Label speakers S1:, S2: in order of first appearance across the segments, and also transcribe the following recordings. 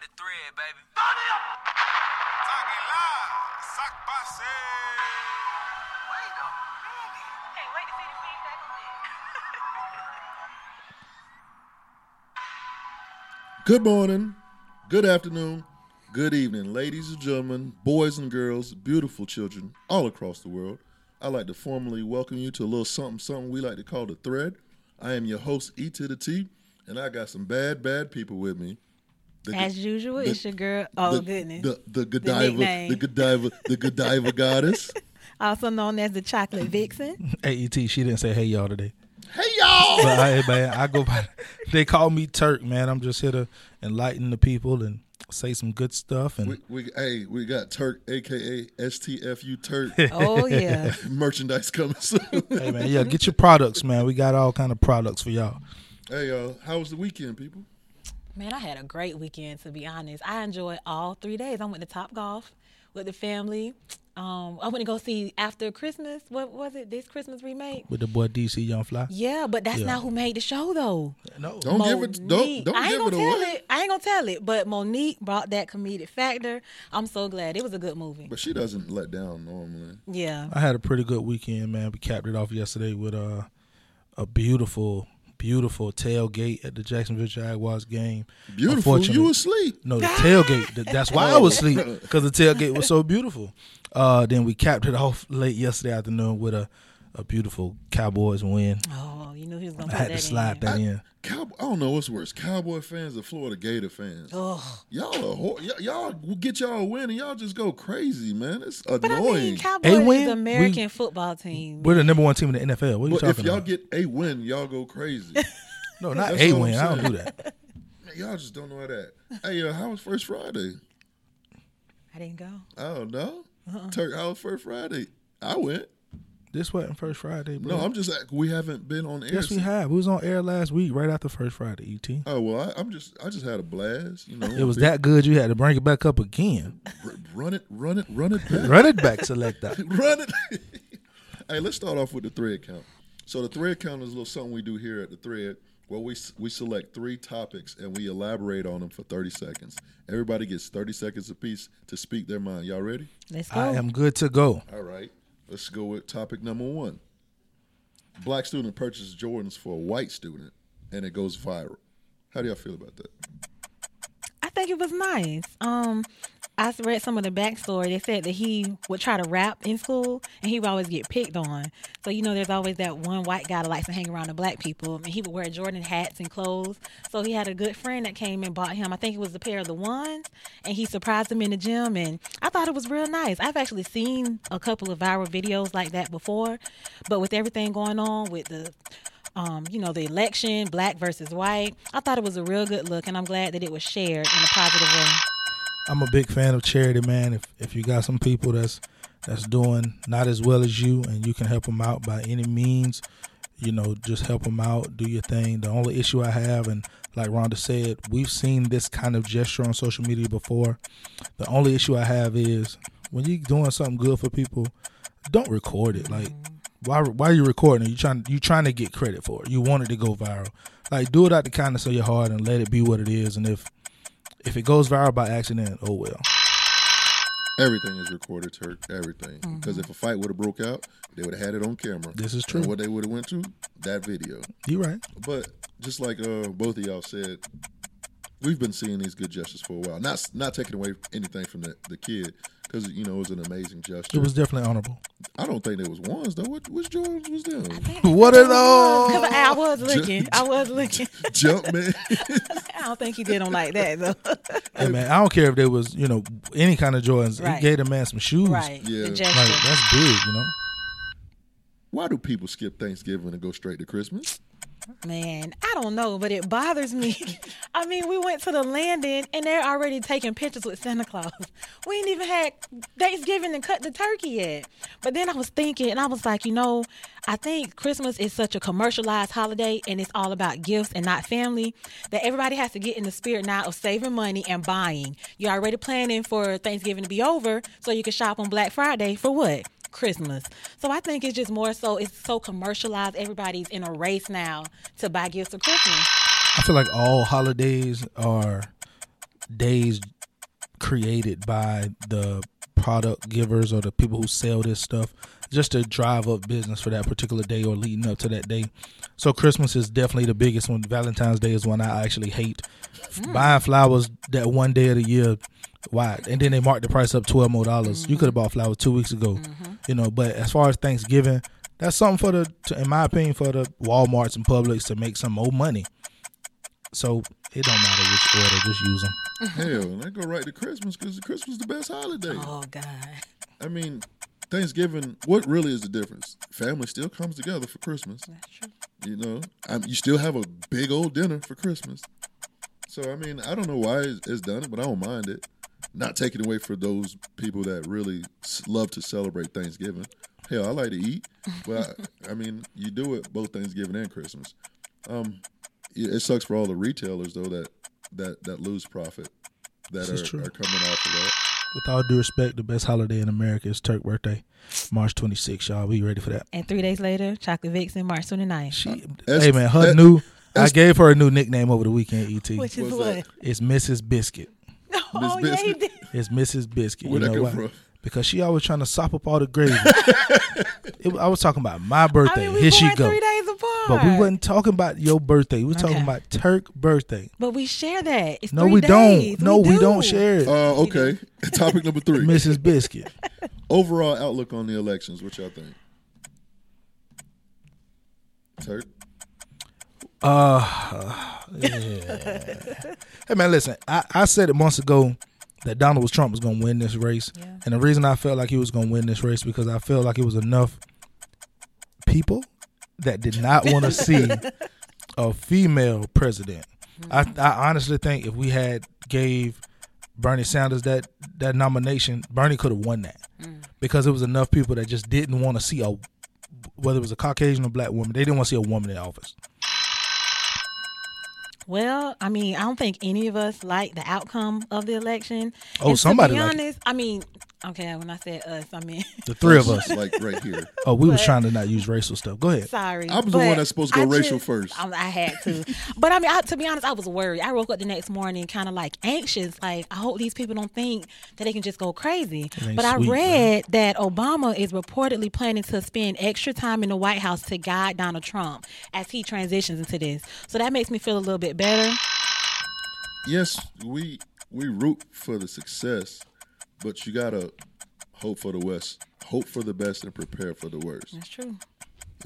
S1: the thread, baby.
S2: Talking live. Sock posse.
S1: Wait a minute.
S3: Can't wait to see the feedback on it.
S4: Good morning, good afternoon, good evening, ladies and gentlemen, boys and girls, beautiful children all across the world. I'd like to formally welcome you to a little something something we like to call the thread. I am your host, E to the T, and I got some bad, bad people with me. The,
S5: As usual,
S4: the-
S5: it's your girl. Oh goodness,
S4: The, the Godiva,
S5: nickname.
S4: the Godiva, the Godiva goddess.
S5: also known as the chocolate vixen.
S6: AET, E she didn't say hey y'all today.
S4: Hey, y'all!
S6: But hey man, I go by they call me Turk, man. I'm just here to enlighten the people and say some good stuff and
S4: We, we, hey, we got Turk, a.k.a. STFU Turk
S5: Oh yeah,
S4: merchandise coming soon.
S6: hey man, yeah, get your products, man. We got all kind of products for y'all.
S4: Hey, y'all, how was the weekend, people?
S5: man, I had a great weekend. To be honest, I enjoyed all three days. I went to Top Golf with the family. Um, I went to go see After Christmas. What was it? This Christmas remake.
S6: With the boy DC Young Fly.
S5: Yeah, but that's
S6: Yeah.
S5: not who made the show though.
S6: No.
S4: Don't give it. Don't
S5: Monique-
S4: don't
S5: I ain't
S4: give it
S5: gonna tell
S4: away.
S5: it. I ain't gonna tell it. But Monique brought that comedic factor. I'm so glad. It was a good movie.
S4: But she doesn't let down normally.
S5: Yeah.
S6: I had a pretty good weekend, man. We capped it off yesterday with uh, a beautiful, beautiful tailgate at the Jacksonville Jaguars game.
S4: Beautiful. You
S6: Unfortunately-
S4: asleep?
S6: No, the tailgate. th- That's why I was asleep because the tailgate was so beautiful. Uh, then we capped it off late yesterday afternoon with a, a beautiful Cowboys win.
S5: Oh, you knew he was gonna
S6: I
S5: put
S6: had
S5: that
S6: to slide
S5: in.
S6: that in.
S4: Cowboy, I don't know what's worse, Cowboy fans or Florida Gator fans.
S5: Ugh.
S4: Y'all are hor- y- y'all get y'all a win and y'all just go crazy, man. It's
S5: But I mean,
S4: annoying.
S5: Cowboys
S6: They
S5: is
S6: win,
S5: the American
S6: we-
S5: football team.
S6: We're the number one team in the NFL. What are you
S4: but if
S6: talking
S4: y'all
S6: about?
S4: get a win, y'all go crazy. man,
S6: no, not
S4: That's
S6: a
S4: what I'm
S6: win. I
S4: saying.
S6: don't do that.
S4: y'all just don't know how that. Hey, uh, how was First Friday?
S5: I didn't go.
S4: I don't know.
S5: Uh-uh.
S4: Turk, how was First Friday? I went.
S6: This wasn't first Friday, bro.
S4: No, I'm just like we haven't been on air.
S6: yes, we
S4: since-
S6: have. We was on air last week, right after first Friday. Et.
S4: Oh well, I, I'm just I just had a blast. You know,
S6: It was that good. You had to bring it back up again.
S4: run it, run it, run it back.
S6: Run it back, selector.
S4: Run it. hey, let's start off with the thread count. So the thread count is a little something we do here at the thread where we we select three topics and we elaborate on them for 30 seconds. Everybody gets 30 seconds apiece to speak their mind. Y'all ready?
S5: Let's go.
S6: I am good to go.
S4: All right. Let's go with topic number 1. Black student purchases Jordans for a white student and it goes viral. How do y'all feel about that?
S5: I think it was nice. Um, I read some of the backstory. They said that he would try to rap in school, and he would always get picked on. So you know, there's always that one white guy that likes to hang around the black people, and he would wear Jordan hats and clothes. So he had a good friend that came and bought him. I think it was a pair of the ones, and he surprised him in the gym. And I thought it was real nice. I've actually seen a couple of viral videos like that before, but with everything going on with the um, you know, the election, black versus white. I thought it was a real good look, and I'm glad that it was shared in a positive way.
S6: I'm a big fan of charity, man. If if you got some people that's that's doing not as well as you, and you can help them out by any means, you know, just help them out, do your thing. The only issue I have, and like Rhonda said, we've seen this kind of gesture on social media before. The only issue I have is when you're doing something good for people, don't record it. Like, why why are you recording? it? You trying you trying to get credit for it. You want it to go viral. Like, do it out the kindness of your heart and let it be what it is. And if if it goes viral by accident, oh well.
S4: Everything is recorded, Turk. Everything. Because if a fight would have broke out, they would have had it on camera.
S6: This is
S4: And
S6: true.
S4: what they would have went to that video.
S6: You right.
S4: But just like uh, both of y'all said, we've been seeing these good gestures for a while. Not not taking away anything from the, the kid because you know it was an amazing gesture.
S6: It was definitely honorable.
S4: I don't think there was ones though. What which Jordans was them?
S6: What are those?
S5: 'Cause I, I was looking. I was looking.
S4: Jump man.
S5: I don't think he did them like that, though.
S6: Hey man, I don't care if there was, you know, any kind of Jordans.
S5: Right.
S6: He gave the man some shoes.
S5: right.
S4: Yeah.
S5: The
S6: Like
S5: gesture.
S6: that's big, you know.
S4: Why do people skip Thanksgiving and go straight to Christmas?
S5: Man, I don't know, but it bothers me. I mean, we went to the landing, and they're already taking pictures with Santa Claus. We ain't even had Thanksgiving and cut the turkey yet. But then I was thinking, and I was like, you know, I think Christmas is such a commercialized holiday, and it's all about gifts and not family, that everybody has to get in the spirit now of saving money and buying. You're already planning for Thanksgiving to be over so you can shop on Black Friday for what? Christmas. So I think it's just more so it's so commercialized. Everybody's in a race now to buy gifts for Christmas.
S6: I feel like all holidays are days created by the product givers or the people who sell this stuff just to drive up business for that particular day or leading up to that day. So Christmas is definitely the biggest one. Valentine's Day is one I actually hate. Buying flowers that one day of the year, why? And then they mark the price up twelve more dollars. You could have bought flowers two weeks ago, you know. But as far as Thanksgiving, that's something for the, to, in my opinion, for the WalMarts and Publix to make some more money. So it don't matter which order, just use them.
S4: Hell, they go right to Christmas because Christmas is the best holiday.
S5: Oh God.
S4: I mean, Thanksgiving. What really is the difference? Family still comes together for Christmas.
S5: That's true.
S4: You know, I, you still have a big old dinner for Christmas. So I mean, I don't know why it's, it's done it, but I don't mind it. Not taking away for those people that really s- love to celebrate Thanksgiving. Hell, I like to eat, but I, I mean, you do it both Thanksgiving and Christmas. Um, it it sucks for all the retailers though that that that lose profit that
S6: This is
S4: are,
S6: true.
S4: are coming off of that.
S6: With all due respect, the best holiday in America is Turk birthday, March 26th, y'all. We ready for that?
S5: And three days later, Chocolate Vixen, March 29th.
S6: She,
S4: That's-
S6: hey man, her
S4: that-
S6: new. I
S4: that's-
S6: gave her a new nickname over the weekend. Et
S5: Which is
S4: What's
S5: what?
S4: that?
S6: it's Mrs. Biscuit.
S5: Oh yeah, he
S4: Biscuit.
S5: did.
S6: It's Mrs. Biscuit.
S4: Where'd
S6: you
S4: that
S6: know
S4: come
S6: why?
S4: from?
S6: Because she always trying to sop up all the gravy. It- I was talking about my
S5: I
S6: birthday.
S5: mean, we
S6: Here
S5: born
S6: she go.
S5: three days apart.
S6: But we wasn't talking about your birthday. We were talking
S5: Okay.
S6: about Turk birthday.
S5: But we share that. It's
S6: No,
S5: three
S6: we
S5: days.
S6: don't. No, we,
S5: do.
S6: don't share it.
S4: Uh, okay. Topic number three.
S6: Mrs. Biscuit.
S4: Overall outlook on the elections. What y'all think? Turk.
S6: Hey man, listen. I, I said it months ago that Donald Trump was going to win this race,
S5: Yeah.
S6: and the reason I felt like he was going to win this race because I felt like it was enough people that did not want to see a female president. I, I honestly think if we had gave Bernie Sanders that that nomination, Bernie could have won that because it was enough people that just didn't want to see a whether it was a Caucasian or black woman, they didn't want to see a woman in office.
S5: Well, I mean, I don't think any of us like the outcome of the election.
S6: Oh,
S5: And To
S6: somebody
S5: be
S6: liked it.
S5: honest, I mean, okay, when I said us, I mean,
S6: The three of us.
S4: Like right here.
S6: Oh, we was trying to not use racial stuff. Go ahead.
S5: sorry.
S4: I was the one
S5: but
S4: that's supposed to go
S5: I
S4: racial
S5: just-
S4: first.
S5: I, I had to, but I mean, I, to be honest, I was worried. I woke up the next morning, kind of like anxious, like I hope these people don't think that they can just go crazy.
S6: ain't
S5: But I
S6: sweet,
S5: read that Obama is reportedly planning to spend extra time in the White House to guide Donald Trump as he transitions into this. So that makes me feel a little bit better.
S4: Yes, we we root for the success, but you gotta hope for the West. Hope for the best and prepare for the worst.
S5: That's true.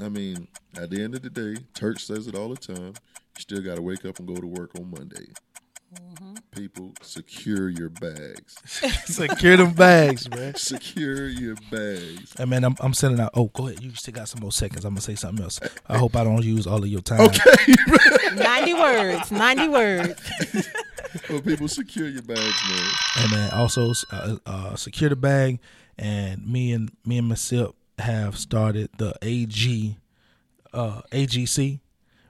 S4: I mean, at the end of the day, Turk says it all the time. You still got to wake up and go to work on Monday. People, secure your bags.
S6: Secure them bags, man.
S4: secure your bags.
S6: Hey man, I'm, I'm sending out. Oh, go ahead. You still got some more seconds. I'm gonna say something else. I hope I don't use all of your time.
S4: Okay.
S5: 90 words, 90 words.
S4: well, Oh, people, secure your bags, man.
S6: And then also uh, uh, secure the bag. And me and me and Miss Sip have started the AG uh, AGC.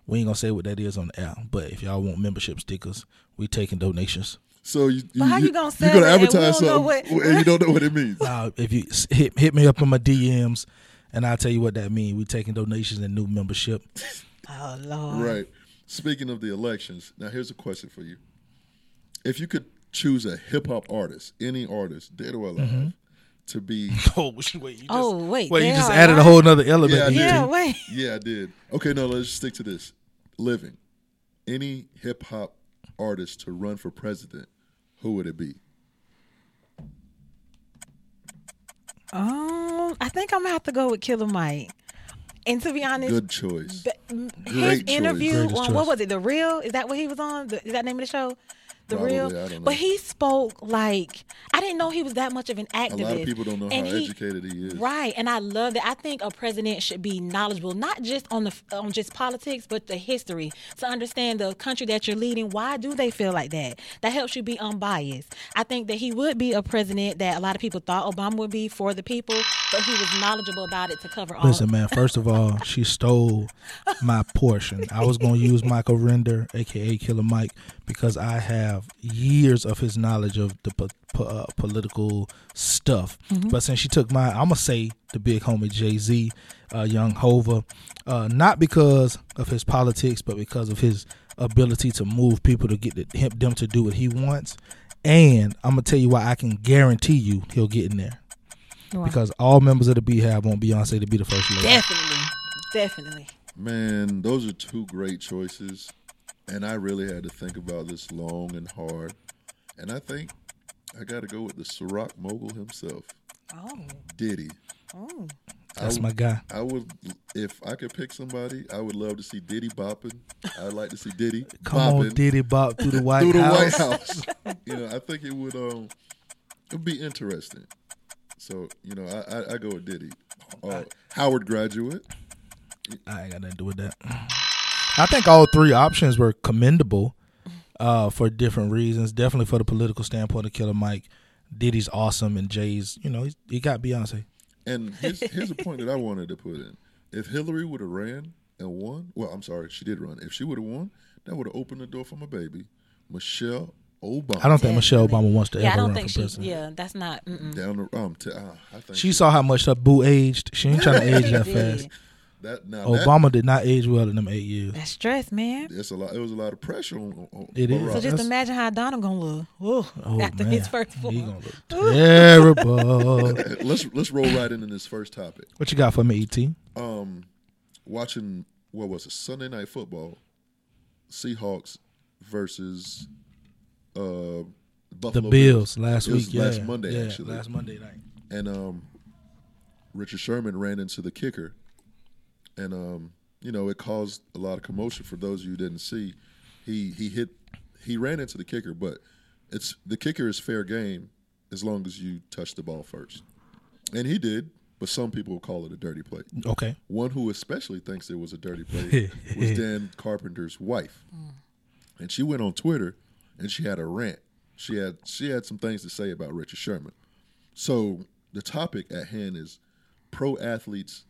S6: We ain't gonna say what that is on the app, but if y'all want membership stickers, we taking donations.
S4: So you, you
S5: how you gonna sell
S4: you're
S5: it
S4: gonna
S5: and we
S4: advertise
S5: don't know
S4: something
S5: what-
S4: and you don't know what it means.
S6: Uh, if you s- hit hit me up in my DMs, and I'll tell you what that means. We taking donations and new membership.
S5: Oh, Lord.
S4: Right. Speaking of the elections, now here's a question for you. If you could choose a hip hop artist, any artist, dead or alive,
S5: Mm-hmm.
S4: to be
S6: Oh wait, you just,
S5: Oh, wait,
S6: wait, you
S5: they
S6: just
S5: are
S6: added a
S5: alive?
S6: whole nother element.
S4: Yeah, I
S6: to
S4: did.
S6: your
S5: Yeah,
S6: team.
S5: wait.
S4: Yeah, I did. Okay, no, let's just stick to this. Living. Any hip hop artist to run for president, who would it be?
S5: Um, I think I'm gonna have to go with Killer Mike. And to be honest,
S4: Good choice.
S5: his
S4: great choice.
S5: interview
S6: Greatest
S5: on
S6: choice.
S5: what was it? The Real? Is that what he was on? The, is that the name of the show? The
S4: Probably,
S5: Real.
S4: I don't know.
S5: But he spoke like I didn't know he was that much of an
S4: A
S5: activist.
S4: lot of people don't know
S5: And
S4: how
S5: he-
S4: educated he is.
S5: Right, and I love that. I think a president should be knowledgeable, not just on the on just politics, but the history to understand the country that you're leading. Why do they feel like that? That helps you be unbiased. I think that he would be a president that a lot of people thought Obama would be for the people, but he was knowledgeable about it to cover all.
S6: Listen, man. First of all, she stole my portion. I was gonna use Michael Render, aka Killer Mike, because I have years of his knowledge of the po- po- uh, political stuff. But since she took mine, I'm gonna say the big homie Jay Z, uh, Young Hova, uh, not because of his politics, but because of his ability to move people to get the, him, them to do what he wants. And I'm gonna tell you why I can guarantee you he'll get in there
S5: Why?
S6: because all members of the Beehive want Beyonce to be the first lady.
S5: Definitely, definitely.
S4: Man, those are two great choices. And I really had to think about this long and hard. And I think I got to go with the Ciroc mogul himself,
S5: Oh,
S4: Diddy.
S5: oh.
S6: That's
S4: I-
S6: my guy.
S4: I would, if I could pick somebody, I would love to see Diddy bopping. I'd like to see Diddy
S6: Come
S4: bopping
S6: on, Diddy Bop through the White
S4: through the
S6: House.
S4: White House. you know, I think it would um, it would be interesting. So you know, I I, I go with Diddy, uh, Howard graduate.
S6: I ain't got nothing to do with that. I think all three options were commendable uh, for different reasons. Definitely for the political standpoint of Killer Mike. Diddy's awesome, and Jay's, you know, he's, he got Beyonce.
S4: And here's, here's a point that I wanted to put in. If Hillary would have ran and won, well, I'm sorry, she did run. If she would have won, that would have opened the door for my baby, Michelle Obama.
S6: I don't think Michelle Obama wants to
S5: Yeah, I
S6: ever
S5: don't
S6: run
S5: think
S6: for
S5: she.
S6: president.
S5: Yeah, that's not. Mm-mm.
S4: down the um. T- uh, I think
S6: She saw how much her boo aged. She ain't trying to age that
S5: She
S6: fast.
S5: did.
S4: that now Obama.
S6: Obama did not age well in them eight years.
S5: That's stress, man.
S4: That, it's a lot. It was a lot of pressure on. on
S6: It is.
S4: on
S5: So
S4: Barack.
S5: just
S6: Oh, that's-
S5: imagine how Donald gonna look Ooh,
S6: Oh
S5: after
S6: man,
S5: his first four.
S6: he gonna look terrible.
S4: let's let's roll right into this first topic. Um,
S6: what you got for me, E Et?
S4: watching what was it Sunday night football, Seahawks versus uh
S6: The
S4: Buffalo
S6: Bills last
S4: It was
S6: week. Yeah,
S4: last Monday,
S6: Yeah,
S4: actually.
S6: last Monday night.
S4: and um Richard Sherman ran into the kicker, and um you know it caused a lot of commotion for those of you who didn't see. He he hit he ran into the kicker, but it's the kicker is fair game as long as you touch the ball first, and he did. But some people will call it a dirty play.
S6: Okay.
S4: One who especially thinks it was a dirty play was Dan Carpenter's wife,
S5: Mm.
S4: and she went on Twitter and she had a rant. She had she had some things to say about Richard Sherman. So the topic at hand is pro athletes'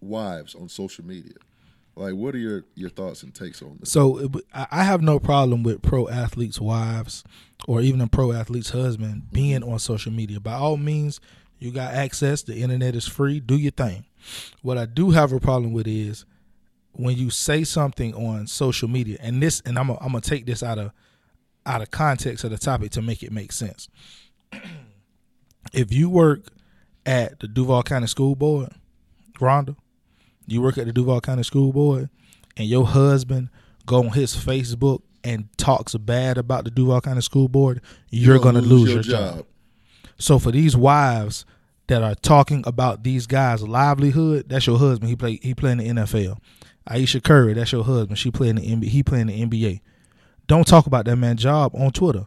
S4: wives on social media. Like, what are your your thoughts and takes on this?
S6: So it, w- I I have no problem with pro athletes' wives or even a pro athlete's husband being on social media. By all means, you got access. The internet is free. Do your thing. What I do have a problem with is when you say something on social media, and this, and I'm gonna I'm gonna take this out of out of context of the topic to make it make sense. if you work at the Duval County School Board, Rhonda, you work at the Duval County School Board, and your husband go on his Facebook and talks bad about the Duval County School Board, you're, gonna, lose, your job. So for these wives that are talking about these guys' livelihood, that's your husband. He play he playing the NFL. Aisha Curry, that's your husband. She playing the NBA. He playing the NBA. Don't talk about that man's job on Twitter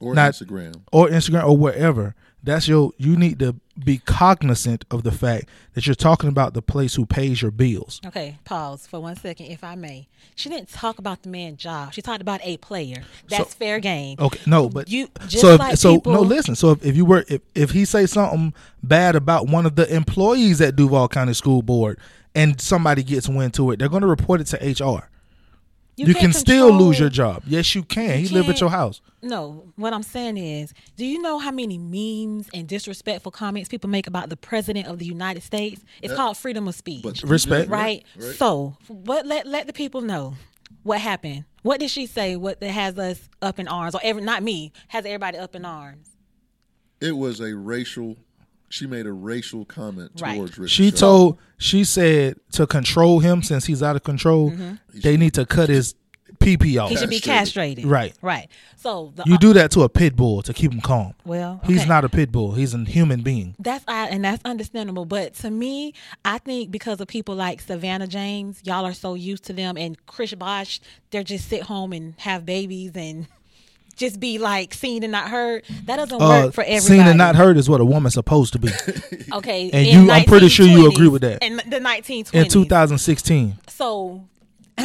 S4: or
S6: Not-
S4: Instagram.
S6: or Instagram or wherever. That's your you need to be cognizant of the fact that you're talking about the place who pays your bills.
S5: Okay, pause for one second, if I may. She didn't talk about the man job. She talked about a player. That's fair game.
S6: Okay, no, but
S5: You- just
S6: so if,
S5: like
S6: so no.
S5: people-
S6: Listen, so if, if you were if, if he say something bad about one of the employees at Duval County School Board, and somebody gets wind to it, they're going to report it to HR. You,
S5: can't
S6: can still lose
S5: control-
S6: your job. Yes, you can.
S5: you
S6: he live at
S5: can't-
S6: your house.
S5: No, what I'm saying is, do you know how many memes and disrespectful comments people make about the president of the United States? It's called freedom of speech.
S4: But
S6: Respect.
S5: right?
S4: Right.
S5: So, what let let the people know what happened. What did she say? What that has us up in arms, or every not me has everybody up in arms?
S4: It was a racial. She made a racial comment
S5: Right.
S4: towards Richard.
S6: She
S4: Sherman.
S6: told she said to control him since he's out of control, they need to cut his PP off.
S5: Mm-hmm. He should be
S4: Castrated.
S5: castrated.
S6: Right.
S5: Right. So the, uh,
S6: You do that to a pit bull to keep him calm.
S5: Well,
S6: he's
S5: okay.
S6: not a pit bull. He's a human being.
S5: That's I, and that's understandable. But to me, I think because of people like Savannah James, y'all are so used to them, and Chris Bosh, they're just sit home and have babies and just be like seen and not heard. That doesn't
S6: Uh,
S5: work for everybody.
S6: seen and not heard is what a woman's supposed to be.
S5: Okay,
S6: And
S5: in
S6: you- I'm pretty sure you
S5: 1920s,
S6: agree with that.
S5: In the 1920s,
S6: In 2016,
S5: So,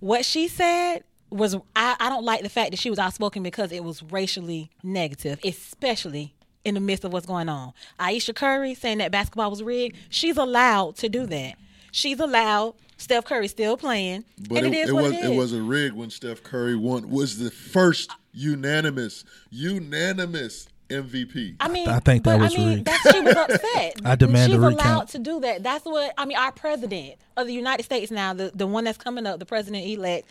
S5: what she said was I, I don't like the fact that she was outspoken because it was racially negative, especially in the midst of what's going on. Aisha Curry saying that basketball was rigged. She's allowed to do that. She's allowed. Steph Curry's still playing,
S4: But
S5: and
S4: it,
S5: is
S4: it
S5: what
S4: was
S5: it
S4: it,
S5: is.
S4: was a rig when Steph Curry won was the first unanimous unanimous MVP.
S5: I mean,
S6: I think that
S5: but
S6: was
S5: I mean,
S6: rigged.
S5: That's, she was upset.
S6: I demand
S5: She's
S6: a
S5: allowed
S6: recount.
S5: to do that. That's what I mean. Our president of the United States now, the, the one that's coming up, the president elect.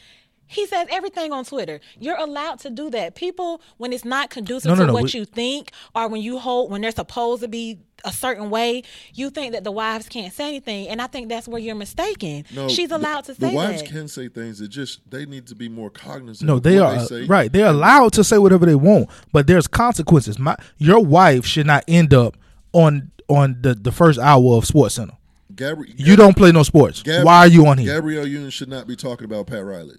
S5: He says everything on Twitter. You're allowed to do that. People, when it's not conducive
S6: No, no,
S5: to
S6: no,
S5: what
S6: we-
S5: you think, or when you hold, when they're supposed to be a certain way, you think that the wives can't say anything, and I think that's where you're mistaken. She's
S4: the-
S5: allowed to
S4: The
S5: say
S4: wives
S5: that.
S4: can say things. It just they need to be more cognizant.
S6: No,
S4: of
S6: they
S4: what
S6: are
S4: say.
S6: right. They're allowed to say whatever they want, but there's consequences. My your wife should not end up on on the, the first hour of Sports Center.
S4: Gabri-
S6: You don't play no sports.
S4: Gabri-
S6: Why are you on here?
S4: Gabrielle Union should not be talking about Pat Riley.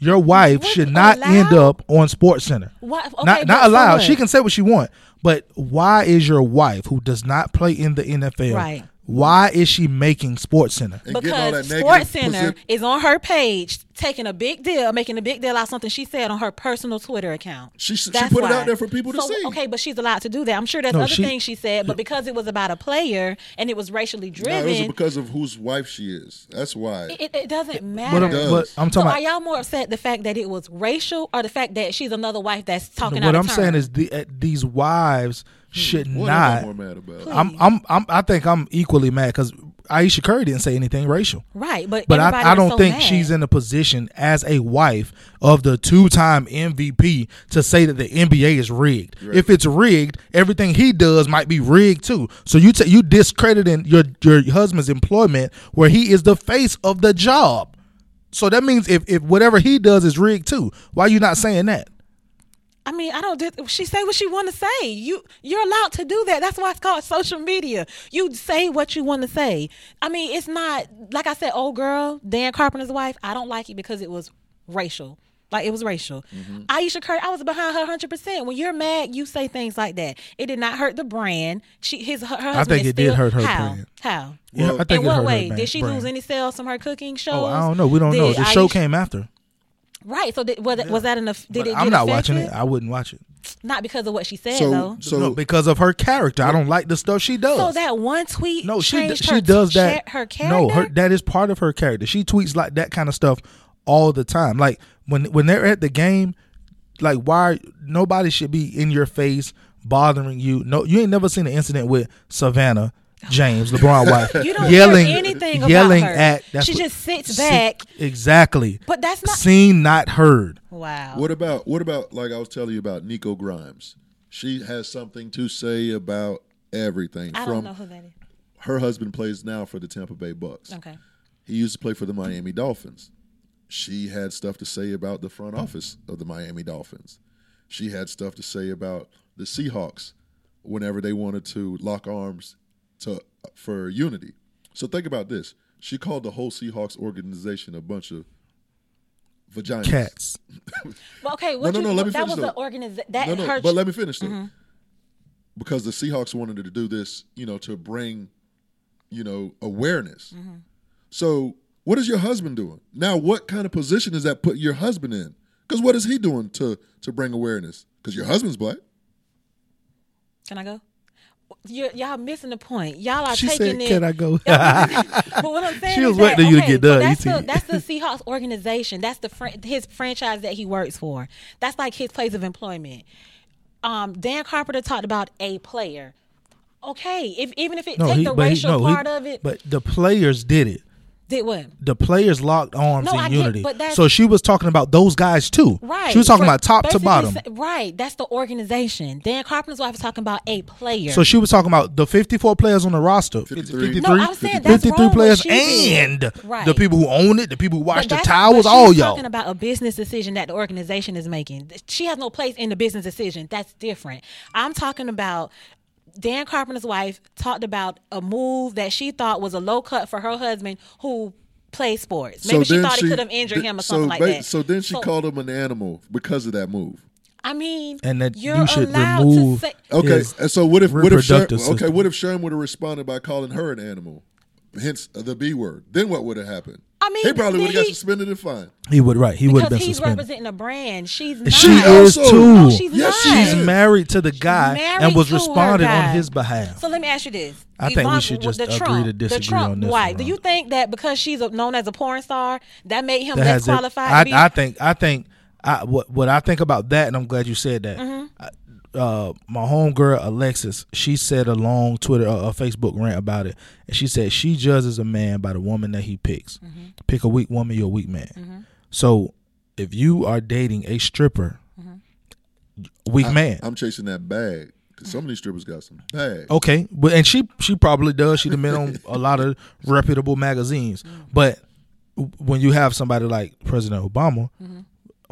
S6: Your wife
S5: What's
S6: should not end
S5: allowed?
S6: up on Sports Center.
S5: Why- okay,
S6: not
S5: but
S6: not
S5: so
S6: allowed.
S5: what?
S6: She can say what she want, but why is your wife who does not play in the NFL?
S5: Right.
S6: Why is she making Sports Center?
S4: And getting all
S5: because
S4: that negative
S5: Sports Center
S4: posi-
S5: is on her page taking a big deal, making a big deal out of something she said on her personal Twitter account.
S4: She- she
S5: That's
S4: put it
S5: why.
S4: out there for people to
S5: So,
S4: see.
S5: Okay, but she's allowed to do that. I'm sure there's
S6: No,
S5: other
S6: she-
S5: things she said, but because it was about a player and it was racially
S4: No,
S5: driven,
S4: it was because of whose wife she is. That's why.
S5: it, it, it doesn't
S4: uh,
S6: But,
S5: matter.
S6: I'm-
S4: does.
S6: but I'm
S5: so
S6: talking
S5: are y'all more upset the fact that it was racial or the fact that she's another wife that's talking
S6: about what
S5: out
S6: I'm
S5: of turn?
S6: saying is the, uh, these wives
S4: Hmm.
S6: should
S4: what
S6: not.
S4: am I more mad about?
S6: I'm, I'm, I'm, I think I'm equally mad because Aisha Curry didn't say anything racial.
S5: right, but
S6: But
S5: everybody
S6: I, I
S5: is
S6: don't
S5: so
S6: think
S5: mad.
S6: she's in a position as a wife of the two time MVP to say that the NBA is rigged. If it's rigged, everything he does might be rigged too. So you ta you discrediting your your husband's employment where he is the face of the job. So that means if, if whatever he does is rigged too, why you not saying that?
S5: I mean, I don't. dis- She say what she want to say. You you're allowed to do that. That's why it's called social media. You say what you want to say. I mean, it's not like I said. Old girl, Dan Carpenter's wife. I don't like it because it was racial. Like it was racial. Aisha Curry, I was behind her 100. percent When you're mad, you say things like that. It did not hurt the brand. She his her, her husband.
S6: think
S5: is
S6: it did
S5: still-
S6: hurt her
S5: How?
S6: brand.
S5: How?
S6: Yeah, I think
S5: In
S6: it hurt
S5: what
S6: her
S5: way
S6: brand-
S5: did she
S6: brand.
S5: lose any sales from her cooking shows?
S6: Oh, I don't know. We don't know.
S5: Did
S6: The show
S5: Aisha-
S6: came after.
S5: right. So did, was, that was that enough? Did
S6: But
S5: it?
S6: I'm
S5: get
S6: not watching it.
S5: affected?
S6: I wouldn't watch it.
S5: Not because of what she said
S4: so,
S5: though.
S4: so
S6: no, because of her character. I don't like the stuff she does.
S5: So that one tweet.
S6: No, she d-
S5: changed
S6: she
S5: her-
S6: does
S5: cha-
S6: that.
S5: Her character.
S6: No, her that is part of her character. She tweets like that kind of stuff all the time. Like when when they're at the game, like why nobody should be in your face bothering you. No, you ain't never seen an incident with Savannah James, LeBron wife,
S5: You don't hear
S6: yelling
S5: anything about
S6: yelling
S5: her.
S6: at.
S5: She just sits
S6: see-
S5: back.
S6: exactly.
S5: But that's not-
S6: seen, not heard.
S5: wow.
S4: what about what about like I was telling you about Nico Grimes? She has something to say about everything.
S5: I
S4: from
S5: don't know who that is.
S4: her husband plays now for the Tampa Bay Bucks.
S5: Okay.
S4: He used to play for the Miami Dolphins. She had stuff to say about the front office of the Miami Dolphins. She had stuff to say about the Seahawks whenever they wanted to lock arms to for unity. So think about this. She called the whole Seahawks organization a bunch of vaginas.
S6: Cats.
S5: Well, okay. What
S4: no,
S5: you,
S4: no, let me
S5: that
S4: finish
S5: was
S4: though.
S5: an organization. That
S4: No, no,
S5: her. Mm-hmm.
S4: but let me finish though. Because the Seahawks wanted to do this, you know, to bring, you know, awareness.
S5: Mm-hmm.
S4: So what is your husband doing? Now what kind of position is that put your husband in? Because what is he doing to to bring awareness? Because your husband's black.
S5: can I go? You're, y'all missing the point. Y'all are
S6: She said,
S5: taking it.
S6: "Can I go?"
S5: But what I'm saying
S6: She
S5: is
S6: was
S5: that,
S6: waiting for you to
S5: okay,
S6: get
S5: so
S6: done. You
S5: That's,
S6: see
S5: the,
S6: it.
S5: that's the Seahawks organization. That's the fran- his franchise that he works for. That's like his place of employment. Um, Dan Carpenter talked about a player. Okay, if even if it take the
S6: but
S5: racial
S6: no,
S5: part of it,
S6: But the players did it.
S5: did what?
S6: the players locked arms
S5: No,
S6: in
S5: I get-
S6: unity.
S5: but that's-
S6: so she was talking about those guys too.
S5: Right.
S6: She was talking
S5: Right.
S6: about top to
S5: Basically
S6: bottom.
S5: sa- right. That's the organization. Dan Carpenter's wife is talking about a player.
S6: So she was talking about the 54 players on the roster.
S4: 53.
S6: 53,
S5: No, I'm saying that's
S6: 53
S5: wrong what
S6: players
S5: she did.
S6: and
S5: Right.
S6: the people who own it, the people who
S5: But
S6: watch the
S5: that's-
S6: towers,
S5: but
S6: all
S5: she's
S6: y'all.
S5: talking about a business decision that the organization is making. She has no place in the business decision. That's different. I'm talking about Dan Carpenter's wife talked about a move that she thought was a low cut for her husband who plays sports. Maybe she thought it could have injured
S4: th-
S5: him or
S4: so
S5: something like
S4: ba-
S5: that.
S4: So then she called him an animal because of that move.
S5: I mean,
S6: and that
S5: you're
S6: you should
S5: allowed
S6: remove.
S5: to say.
S4: Okay,
S6: his
S4: and so what if what if Sher-
S6: reproductive
S4: okay
S6: system.
S4: what if Sherm would have responded by calling her an animal, hence the B word? Then what would have happened?
S5: I mean,
S4: he probably
S5: then
S4: would have got
S5: he-
S4: suspended and fined.
S6: He would right. He would have
S5: Because
S6: been
S5: he's
S6: suspended.
S5: representing a brand. She's not.
S6: She
S4: Nah.
S6: is
S4: Also-
S6: too.
S5: No, she's
S4: Yes,
S5: not.
S4: she's
S6: She's married to the guy
S5: married
S6: and was
S5: to her
S6: responded
S5: guy.
S6: on his behalf.
S5: So let me ask you this:
S6: I think we
S5: Yvonne-
S6: should
S5: with
S6: just agree to disagree
S5: the Trump
S6: on this
S5: Wife,
S6: one,
S5: do
S6: Ron.
S5: you think that because she's a, known as a porn star, that made him
S6: that
S5: less
S6: has it-
S5: qualified? to be- Mm-hmm.
S6: I, I think I think I what what I think about that, and I'm glad you said that. I, uh, my homegirl Alexis, she said a long Twitter or uh, a Facebook rant about it, and she said she judges a man by the woman that he picks.
S5: Mm-hmm.
S6: Pick a weak woman, you're a weak man. So if you are dating a stripper,
S5: Mm-hmm.
S6: weak man.
S4: I'm chasing that bag because some of these strippers got some bag.
S6: Okay, but and she she probably does. She'd have been on a lot of reputable magazines.
S5: Mm-hmm.
S6: But w- when you have somebody like President Obama,
S5: Mm-hmm.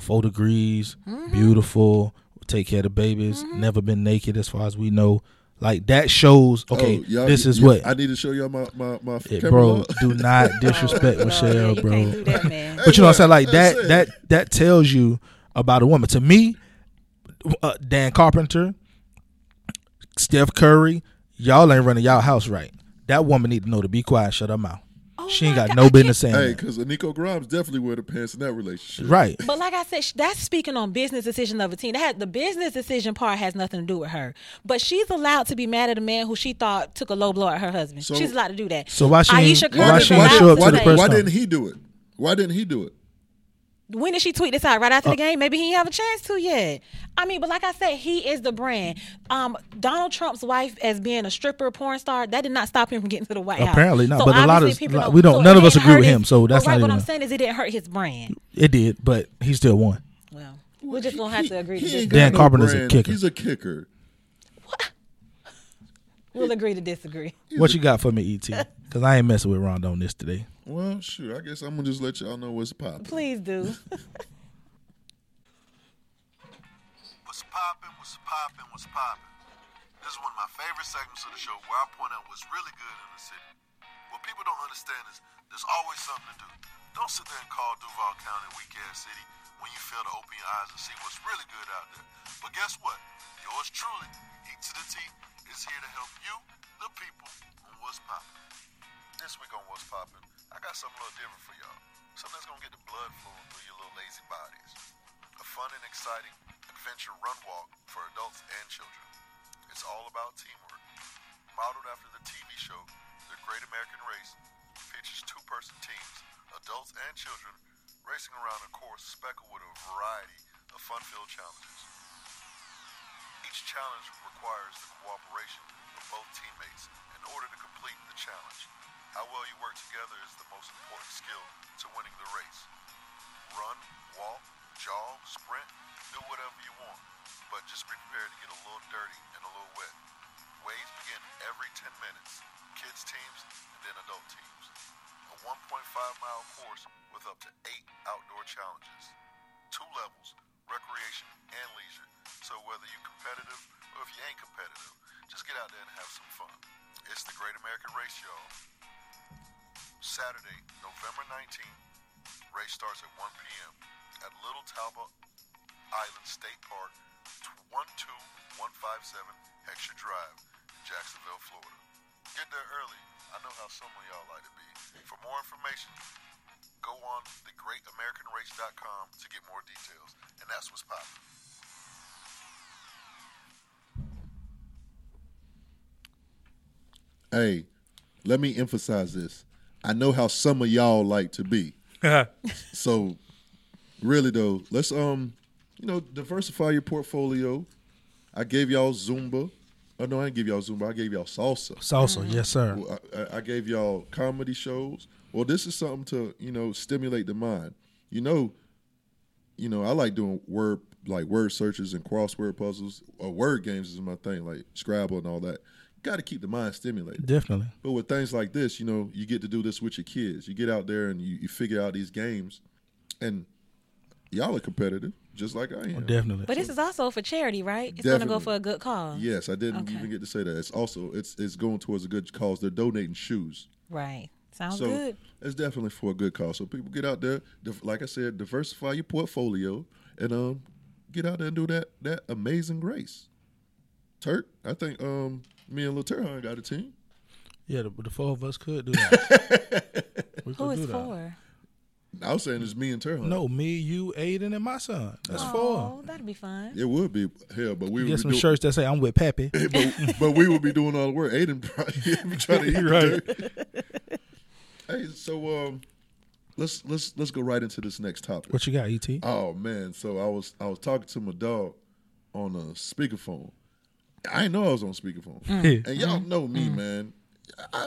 S6: four degrees, beautiful, take care of the babies,
S5: Mm-hmm.
S6: never been naked as far as we know, like that shows. Okay,
S4: Oh, y'all-
S6: this is
S4: y'all-
S6: what,
S4: I need to show y'all my my, my
S6: Yeah,
S4: camera
S6: bro.
S4: log.
S6: Do not disrespect
S5: yeah,
S6: Michelle,
S5: you
S6: bro.
S5: can't do that, man.
S6: But you know what I'm saying? Like
S4: Hey,
S6: that
S4: listen.
S6: that that tells you about a woman. To me, uh, Dan Carpenter, Steph Curry, y'all ain't running y'all house right. That woman need to know to be quiet, shut her mouth.
S5: Oh
S6: she ain't
S5: my
S6: got
S5: God,
S6: no
S5: I can't-
S6: business saying
S4: Hey,
S6: that.
S4: because Nico Grimes definitely wear the pants in that relationship.
S6: Right.
S5: But like I said, sh- that's speaking on business decision of a team. That had, the business decision part has nothing to do with her. But she's allowed to be mad at a man who she thought took a low blow at her husband.
S4: So-
S5: she's allowed to do that.
S6: So why she ain't-
S5: Aisha
S6: why
S5: Curry
S6: she
S5: is
S6: ain't
S5: allowed
S6: show up
S5: to
S6: to the
S5: say-
S6: press
S4: why
S6: conference?
S4: didn't he do it? Why didn't he do it?
S5: when did she tweet this out? Right after
S6: Uh,
S5: the game? Maybe he didn't have a chance to yet. I mean, but like I said, he is the brand. Um, Donald Trump's wife as being a stripper, porn star, that did not stop him from getting to the White House.
S6: Apparently not,
S5: So
S6: but a lot of-
S5: obviously people
S6: like, we don't-
S5: so
S6: none of
S5: it
S6: us
S5: didn't
S6: agree
S5: hurt
S6: with
S5: his-
S6: him, so that's
S5: but right,
S6: not
S5: What
S6: even
S5: I'm
S6: a-
S5: saying is, it didn't hurt his brand.
S6: It did, but he still won.
S5: Well, we're just gonna have to agree
S4: He
S5: to
S4: ain't
S5: disagree.
S4: got
S6: Dan
S4: no
S6: Carpenter's a
S4: brand.
S6: kicker.
S4: He's a kicker.
S5: We'll agree to disagree.
S6: What you got for me, E.T.? Because I ain't messing with Rondo on this today.
S4: Well, shoot, I guess I'm gonna just let y'all know what's popping.
S5: Please do.
S2: What's poppin', what's poppin', what's poppin'? This is one of my favorite segments of the show where I point out what's really good in the city. What people don't understand is there's always something to do. Don't sit there and call Duval County a weak ass city when you fail to open your eyes and see what's really good out there. But guess what? Yours truly, Eat to the T, is here to help you, the people, on what's poppin'. This week on What's Poppin', I got something a little different for y'all. Something that's gonna get the blood flowing through your little lazy bodies. A fun and exciting adventure run walk for adults and children. It's all about teamwork. Modeled after the TV show The Great American Race, features two-person teams, adults and children, racing around a course speckled with a variety of fun-filled challenges. Each challenge requires the cooperation of both teammates in order to complete the challenge. How well you work together is the most important skill to winning the race. Run, walk, jog, sprint, do whatever you want, but just be prepared to get a little dirty and a little wet. Waves begin every 10 minutes, kids teams and then adult teams. A 1.5 mile course with up to eight outdoor challenges two levels recreation and leisure. So whether you're competitive or if you ain't competitive, just get out there and have some fun. It's the Great American Race, y'all. Saturday, November 19th, race starts at 1 p.m. at Little Talbot Island State Park, 12157 Hexia Drive in Jacksonville, Florida. Get there early. I know how some of y'all like to be. For more information, go on thegreatamericanrace.com to get more details. And that's what's popping.
S4: Hey, let me emphasize this. I know how some of y'all like to be. so really though, let's um, you know, diversify your portfolio. I gave y'all Zumba. Oh no, I didn't give y'all Zumba. I gave y'all salsa.
S6: Salsa,
S5: Mm-hmm.
S6: yes, sir.
S4: Well, I- I, I gave y'all comedy shows. Well, this is something to you know stimulate the mind. You know, you know I like doing word like word searches and crossword puzzles or word games is my thing, like Scrabble and all that. Got to keep the mind stimulated.
S6: Definitely.
S4: But with things like this, you know, you get to do this with your kids. You get out there and you, you figure out these games, and y'all are competitive, just like I am.
S6: Oh, Definitely.
S5: But this is also for charity, right? It's gonna
S4: Definitely.
S5: go for a good cause.
S4: Yes, I didn't
S5: Okay.
S4: even get to say that. It's also it's it's going towards a good cause. They're donating shoes.
S5: Right. Sounds
S4: So
S5: Oh, good.
S4: it's definitely for a good cause. So people get out there, div- like I said, diversify your portfolio and um get out there and do that that amazing race. Turk, I think um me and Lil Turhan got a team.
S6: yeah, the, the four of us could do that. we could
S5: Who is
S6: do that.
S5: for?
S4: I was saying it's me and Turhan.
S6: No, me, you, Aiden, and my son. That's
S5: Oh,
S6: four.
S5: that'd be fun.
S4: It would be hell, but we
S6: Get
S4: would
S6: some
S4: be doing,
S6: shirts that say I'm with Pappy.
S4: but, but we would be doing all the work. Aiden probably be trying to eat
S6: Right.
S4: the dirt. Hey, so um let's let's
S6: E
S4: let's go right into this next topic.
S6: What you got, ET?
S4: Oh man, so I was I was talking to my dog on a speakerphone. I didn't know I was on speakerphone,
S6: Yeah.
S4: and y'all know me,
S6: Hmm.
S4: man.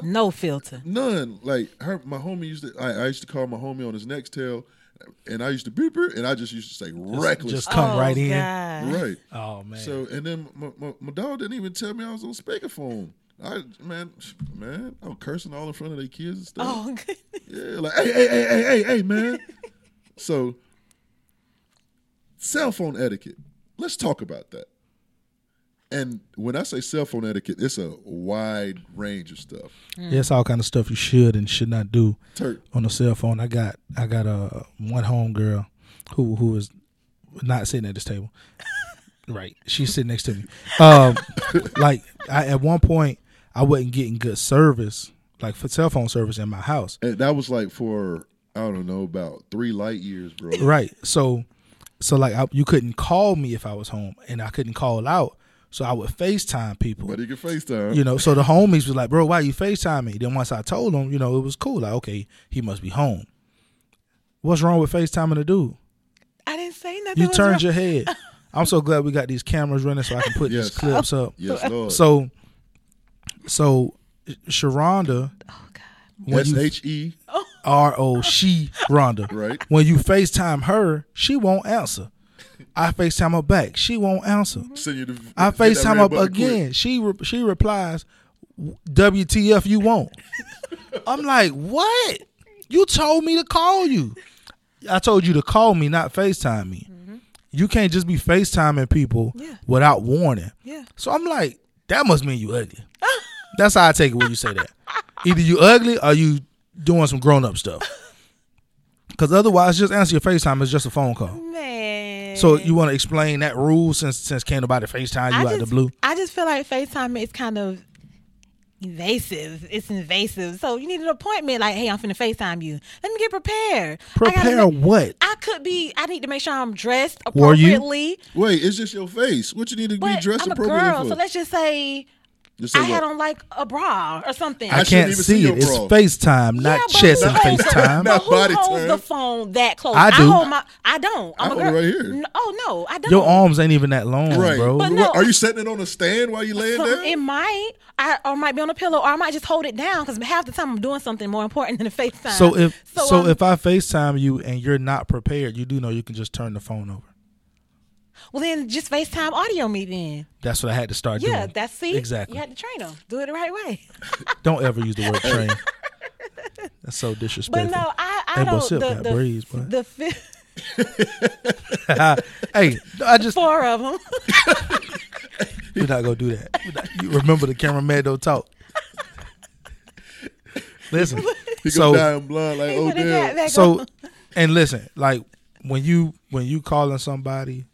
S5: No filter.
S4: None. Like her, my homie used to. I, I used to call my homie on his next tail, and I used to beep her, and I just used to say reckless.
S6: Just come
S5: Oh,
S6: right in.
S7: God.
S4: right.
S6: Oh man.
S4: So and then my, my, my dog didn't even tell me I was on speakerphone. I man, man, I'm cursing all in front of their kids and stuff.
S5: Oh,
S4: Yeah, like hey, hey, hey, hey, hey, hey, man. so, cell phone etiquette. Let's talk about that. And when I say cell phone etiquette, it's a wide range of stuff.
S6: That's all kind of stuff you should and should not do
S4: Turk,
S6: on a cell phone. I got I got a one home girl who who is not sitting at this table. right, she's sitting next to me. Um, like I, at one point, I wasn't getting good service, like for cell phone service in my house.
S4: and that was like for I don't know about three light years, bro.
S6: Right. So, so like I, you couldn't call me if I was home, and I couldn't call out. So I would Facetime people.
S4: But he can Facetime.
S6: You know, so the homies was like, "Bro, why you Facetime me?" Then once I told them, you know, it was cool. Like, okay, he must be home. What's wrong with Facetiming a dude?
S5: I didn't say nothing.
S6: You
S5: was
S6: turned
S5: wrong.
S6: your head. I'm so glad we got these cameras running so I can put
S4: Yes.
S6: these clips up.
S4: Yes, Lord.
S6: So, so Sharonda, when
S4: S
S6: you
S4: H E.
S6: R O she Rhonda.
S4: Right.
S6: When you FaceTime her, she won't answer. I FaceTime her back. She won't answer.
S4: Send you the.
S6: I
S4: hit that
S6: FaceTime
S4: red
S6: up
S4: button quick.
S6: again. She re- she replies, "WTF you won't." I'm like, "What? You told me to call you. I told you to call me, not FaceTime me.
S4: Mm-hmm.
S6: You can't just be FaceTiming people
S5: Yeah.
S6: without warning."
S5: Yeah.
S6: So I'm like, "That must mean you ugly." That's how I take it when you say that. Either you ugly or you doing some grown up stuff. Cause otherwise, just answer your FaceTime. It's just a phone call.
S5: Man.
S6: So you want to explain that rule since since can't nobody FaceTime you
S5: I
S6: out
S5: just,
S6: the blue?
S5: I just feel like FaceTime is kind of invasive. It's invasive. So you need an appointment. Like, hey, I'm finna FaceTime you. Let me get prepared. I,
S6: Prepare
S5: gotta make-
S6: what?
S5: I could be. I need to make sure I'm dressed
S6: Were you?
S5: appropriately.
S4: Wait, it's just your face. What you need to be
S5: But
S4: dressed
S5: I'm a
S4: appropriately
S5: girl,
S4: for?
S5: so let's just say
S4: Just say
S5: I had
S4: what?
S5: on like a bra or something.
S6: I,
S4: I shouldn't
S6: can't
S4: even see
S6: see
S4: your
S6: it. It's
S4: bra.
S6: FaceTime,
S5: Yeah,
S6: not
S5: but
S6: chest
S5: who
S6: and
S5: holds the-
S6: FaceTime.
S5: but who
S4: Body
S5: holds
S4: turn.
S5: the phone that close?
S6: I do.
S5: hold my. I don't. I'm
S4: I
S5: a
S4: hold it
S5: girl.
S4: right here.
S5: N- oh no, I don't.
S6: Your arms ain't even that long,
S4: Right,
S6: bro.
S5: But no-
S4: What, are you setting it on a stand while you laying
S5: Some-
S4: down?
S5: it might. I or might be on a pillow, or I might just hold it down because half the time I'm doing something more important than a FaceTime.
S6: so if so,
S5: um,
S6: if I FaceTime you and you're not prepared, you do know you can just turn the phone over.
S5: well then just FaceTime audio me then.
S6: That's what I had to start
S5: Yeah,
S6: doing.
S5: that's see
S6: exactly.
S5: You had to train them, do it the right way.
S6: Don't ever use the word train. that's so
S5: But
S6: disrespectful.
S5: no, I I
S6: Hey, boy,
S5: don't
S6: sip
S5: the
S6: that
S5: the,
S6: breeze, boy.
S5: the fi-
S6: hey, I just
S5: four of them.
S4: Oh,
S6: We're not gonna do that. We're not- you remember the cameraman don't talk. Listen,
S4: He
S6: so
S4: gonna die in blood like oh,
S5: Put it back-
S4: Odell.
S5: back
S6: so
S5: on.
S6: and listen, like when you when you calling somebody,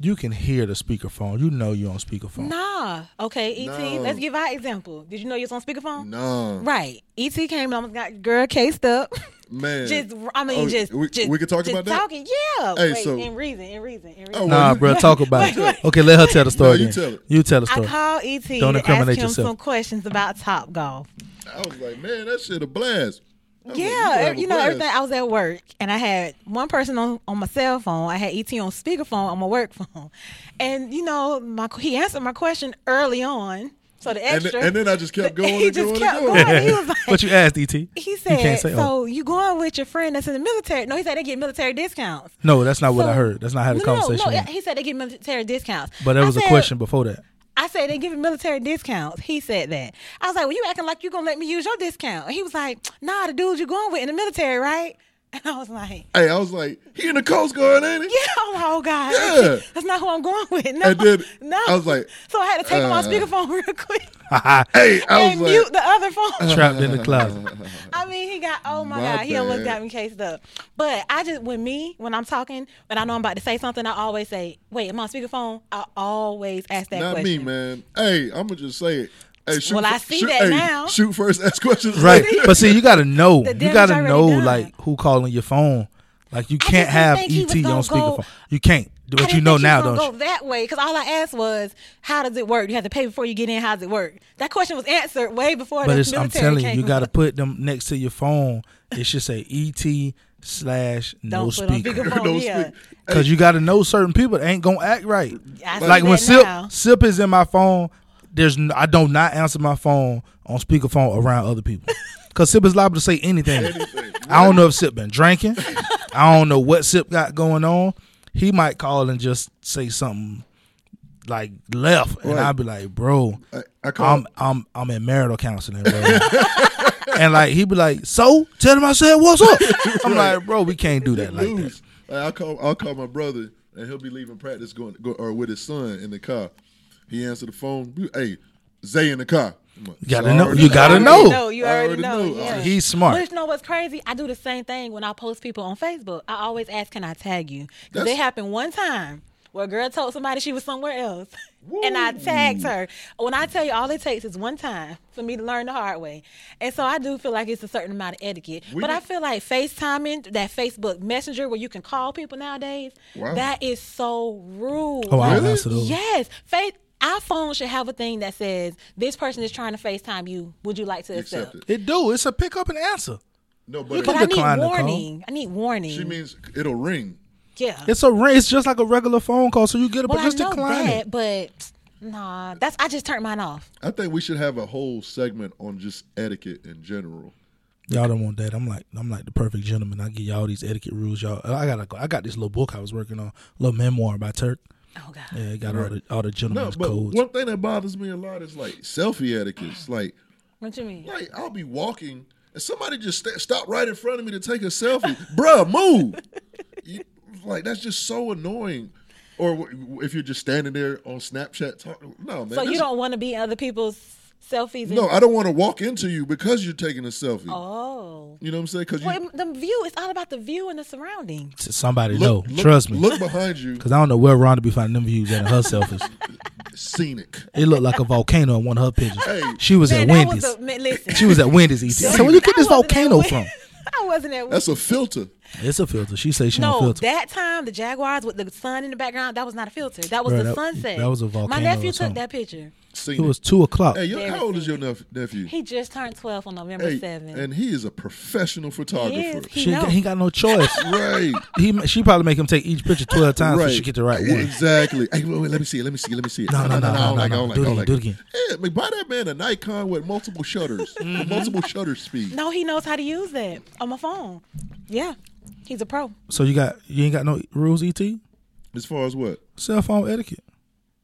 S6: you can hear the speakerphone. You know you're on speakerphone.
S5: Nah. Okay, ET,
S4: No.
S5: let's give our example. Did you know you was on speakerphone?
S4: No,
S5: Right. ET came and almost got girl cased up.
S4: man.
S5: just I mean
S4: Oh,
S5: just,
S4: we,
S5: just
S4: we could talk
S5: just
S4: about that.
S5: Talking, yeah.
S4: Hey,
S5: Wait,
S4: so-
S5: in reason, in reason, in reason.
S4: Oh, well,
S6: Nah,
S4: you-
S6: bro, talk about
S5: Wait,
S6: it.
S5: wait.
S6: Okay, let her tell the story.
S4: you
S6: then.
S4: tell it.
S6: You tell the
S5: I
S6: story.
S5: called ET to
S6: Don't
S5: ask
S6: incriminate
S5: him
S6: yourself.
S5: some questions about Top Golf.
S4: I was like, man, that shit a blast. I was like,
S5: Yeah,
S4: gonna have
S5: you
S4: a
S5: know
S4: blast.
S5: everything. I was at work and I had one person on, on my cell phone. I had ET on speakerphone on my work phone, and you know my he answered my question early on. So the
S4: And,
S5: extra,
S4: then- and then I just kept going.
S5: he
S4: and
S5: just
S4: going
S5: kept
S4: and
S5: going. He was like,
S6: what you asked, Et?
S5: he
S6: you
S5: said,
S6: can't say, oh.
S5: "So you going with your friend that's in the military?" No, he said they get military discounts.
S6: No, that's not what I
S5: So-
S6: heard. That's not how the
S5: no,
S6: conversation
S5: No, no,
S6: went.
S5: he said they get military discounts.
S6: But there
S5: I
S6: was a
S5: said-
S6: question before that.
S5: I said they giving military discounts. He said that. I was like, well, you acting like you gonna let me use your discount. And he was like, nah, the dude you going with in the military, right? And I was like,
S4: Hey, I was like, he in the Coast Guard, ain't he?
S5: yeah, I'm like, oh god,
S4: Yeah.
S5: that's not who I'm going with. No,
S4: And then
S5: no.
S4: I was like,
S5: so I had to take him on
S4: uh,
S5: speakerphone real quick
S4: Hey, I was
S5: and
S4: like, uh,
S5: mute the other phone.
S6: Trapped in the closet.
S5: I mean, he got oh my,
S4: My
S5: god, he almost
S4: bad.
S5: got me cased up. But I just when me when I'm talking when I know I'm about to say something, I always say, wait, am I on speakerphone? I always ask that
S4: not me,
S5: question.
S4: man. Hey, I'm gonna just say it. Hey, shoot,
S5: Well, I
S4: fir-
S5: see
S4: shoot,
S5: that
S4: hey,
S5: now.
S4: Shoot first, ask questions.
S6: Right.
S4: later.
S6: But see, you gotta know.
S5: The
S6: You
S5: damage
S6: gotta
S5: already
S6: know
S5: done.
S6: like who calling your phone. Like you
S5: just
S6: can't
S5: didn't
S6: have ET
S5: think he was
S6: on
S5: gonna
S6: speakerphone.
S5: go-
S6: you can't.
S5: I
S6: But
S5: didn't
S6: you know
S5: think she
S6: now,
S5: was gonna
S6: don't
S5: go
S6: you?
S5: that way because all I asked was, "How does it work? You have to pay before you get in. How does it work?" That question was answered way before
S6: But
S5: the
S6: it's,
S5: military
S6: I'm telling you,
S5: came.
S6: you gotta put them next to your phone. It should say ET slash
S5: Don't
S6: no
S5: put on
S6: speaker.
S5: speakerphone.
S4: No
S5: yeah.
S4: speak-
S6: Because you got to know certain people that ain't gonna act right.
S5: I see
S6: like when
S5: that
S6: Sip
S5: now.
S6: Sip is in my phone, there's n- I do not answer my phone on speakerphone around other people. Cause Sip is liable to say anything. I don't know if Sip been drinking. I don't know what Sip got going on. He might call and just say something like left, and
S4: Right. Uh,
S6: I'll be like, "Bro,
S4: I, I call.
S6: I'm I'm I'm in marital counseling, bro. and like he'd be like, "So tell him I said what's up." I'm like, "Bro, we can't do that like that."
S4: lose. Like, I'll call I'll call my brother and he'll be leaving practice going go, or with his son in the car. He answered the phone. "You- Hey, Zay in the car. I'm like,
S6: You gotta
S4: "So I
S6: know.
S4: already
S6: You gotta
S5: already
S6: know.
S5: You
S4: I
S5: already,
S4: already
S5: know.
S4: know.
S5: Yeah.
S6: He's smart.
S5: But you know what's crazy? I do the same thing when I post people on Facebook. I always ask, "Can I tag you?" Because
S4: That's-
S5: it happened one time where a girl told somebody she was somewhere else, and I tagged her. When I tell you, all it takes is one time for me to learn the hard way, and so I do feel like it's a certain amount of etiquette.
S4: We
S5: but I
S4: did-
S5: feel like FaceTiming, that Facebook Messenger where you can call people nowadays,
S4: Wow.
S5: that is so rude.
S6: Oh, I don't
S4: Really?
S6: answer those.
S5: Yes, face iPhone should have a thing that says this person is trying to FaceTime you. Would you like to accept?
S4: Accept it.
S6: It do. It's a pick up and answer.
S4: No,
S5: Yeah,
S4: but
S5: but
S6: can
S5: I
S6: decline
S5: need
S6: the call.
S5: warning. I need warning.
S4: she means it'll ring.
S5: yeah.
S6: It's a ring. It's just like a regular phone call. So you get it,
S5: well,
S6: but
S5: I
S6: just
S5: know
S6: decline
S5: that,
S6: it.
S5: but nah, that's I just turned mine off.
S4: I think we should have a whole segment on just etiquette in general.
S6: Y'all don't want that. I'm like I'm like the perfect gentleman. I give y'all these etiquette rules. Y'all, I got I got this little book I was working on, little memoir by Turk.
S5: Oh God.
S6: Yeah, it got all the all the
S4: No,
S6: gentleman's
S4: but
S6: codes.
S4: one thing that bothers me a lot is like selfie etiquette. Like,
S5: What you mean?
S4: like I'll be walking and somebody just sta stop right in front of me to take a selfie. Bruh, move! You- like that's just so annoying. Or w- w- if you're just standing there on Snapchat talking, no man.
S5: so you
S4: this-
S5: don't want to be in other people's selfies? and-
S4: No, I don't want to walk into you because you're taking a selfie.
S5: Oh.
S4: You know what I'm saying? Because you
S5: Well, it- the view. It's all about the view and the surroundings.
S6: To Somebody
S4: look-
S6: know.
S4: look-
S6: Trust me.
S4: Look behind you,
S6: Cause I don't know where Rhonda be finding them views at in her selfies.
S4: scenic.
S6: It looked like a volcano in one of her pictures.
S4: Hey.
S6: she was
S5: Man,
S6: at
S5: that
S6: Wendy's.
S5: was a, man, listen.
S6: she was at Wendy's eating. I said, where you get
S5: I
S6: this
S5: wasn't at
S6: volcano
S5: Wen-
S6: from?
S5: I wasn't at.
S4: That's a filter.
S6: It's a filter. She say she don't
S5: No,
S6: filter.
S5: that time the Jaguars with the sun in the background, that was not a filter. That was
S6: Bruh,
S5: the
S6: that-
S5: sunset.
S6: that was a
S5: My
S6: volcano or
S5: nephew took
S6: something.
S5: that picture.
S4: Scenic.
S6: it was two o'clock.
S4: hey, your,
S5: Very
S4: how old is your neph- nephew?
S5: He just turned twelve on November
S4: hey,
S5: seventh.
S4: and he is a professional photographer.
S5: he
S6: she ain't
S5: know.
S6: got, he got no choice.
S4: Right.
S6: he ma- she probably make him take each picture twelve times so she get the right one.
S4: Exactly. Hey, wait, wait, let me see it. Let me see it. Let me see it.
S6: No, no, no,
S4: I don't like
S6: no,
S4: it, I
S6: no,
S4: don't
S6: no.
S4: like it, I don't
S6: Do it
S4: like
S6: again,
S4: it. Yeah, I mean, buy that man a Nikon with multiple shutters,
S6: Mm-hmm.
S4: with multiple shutter speed.
S5: No, he knows how to use that on my phone. Yeah, he's a pro.
S6: So you got you ain't got no rules, et
S4: As far as what?
S6: cell phone etiquette.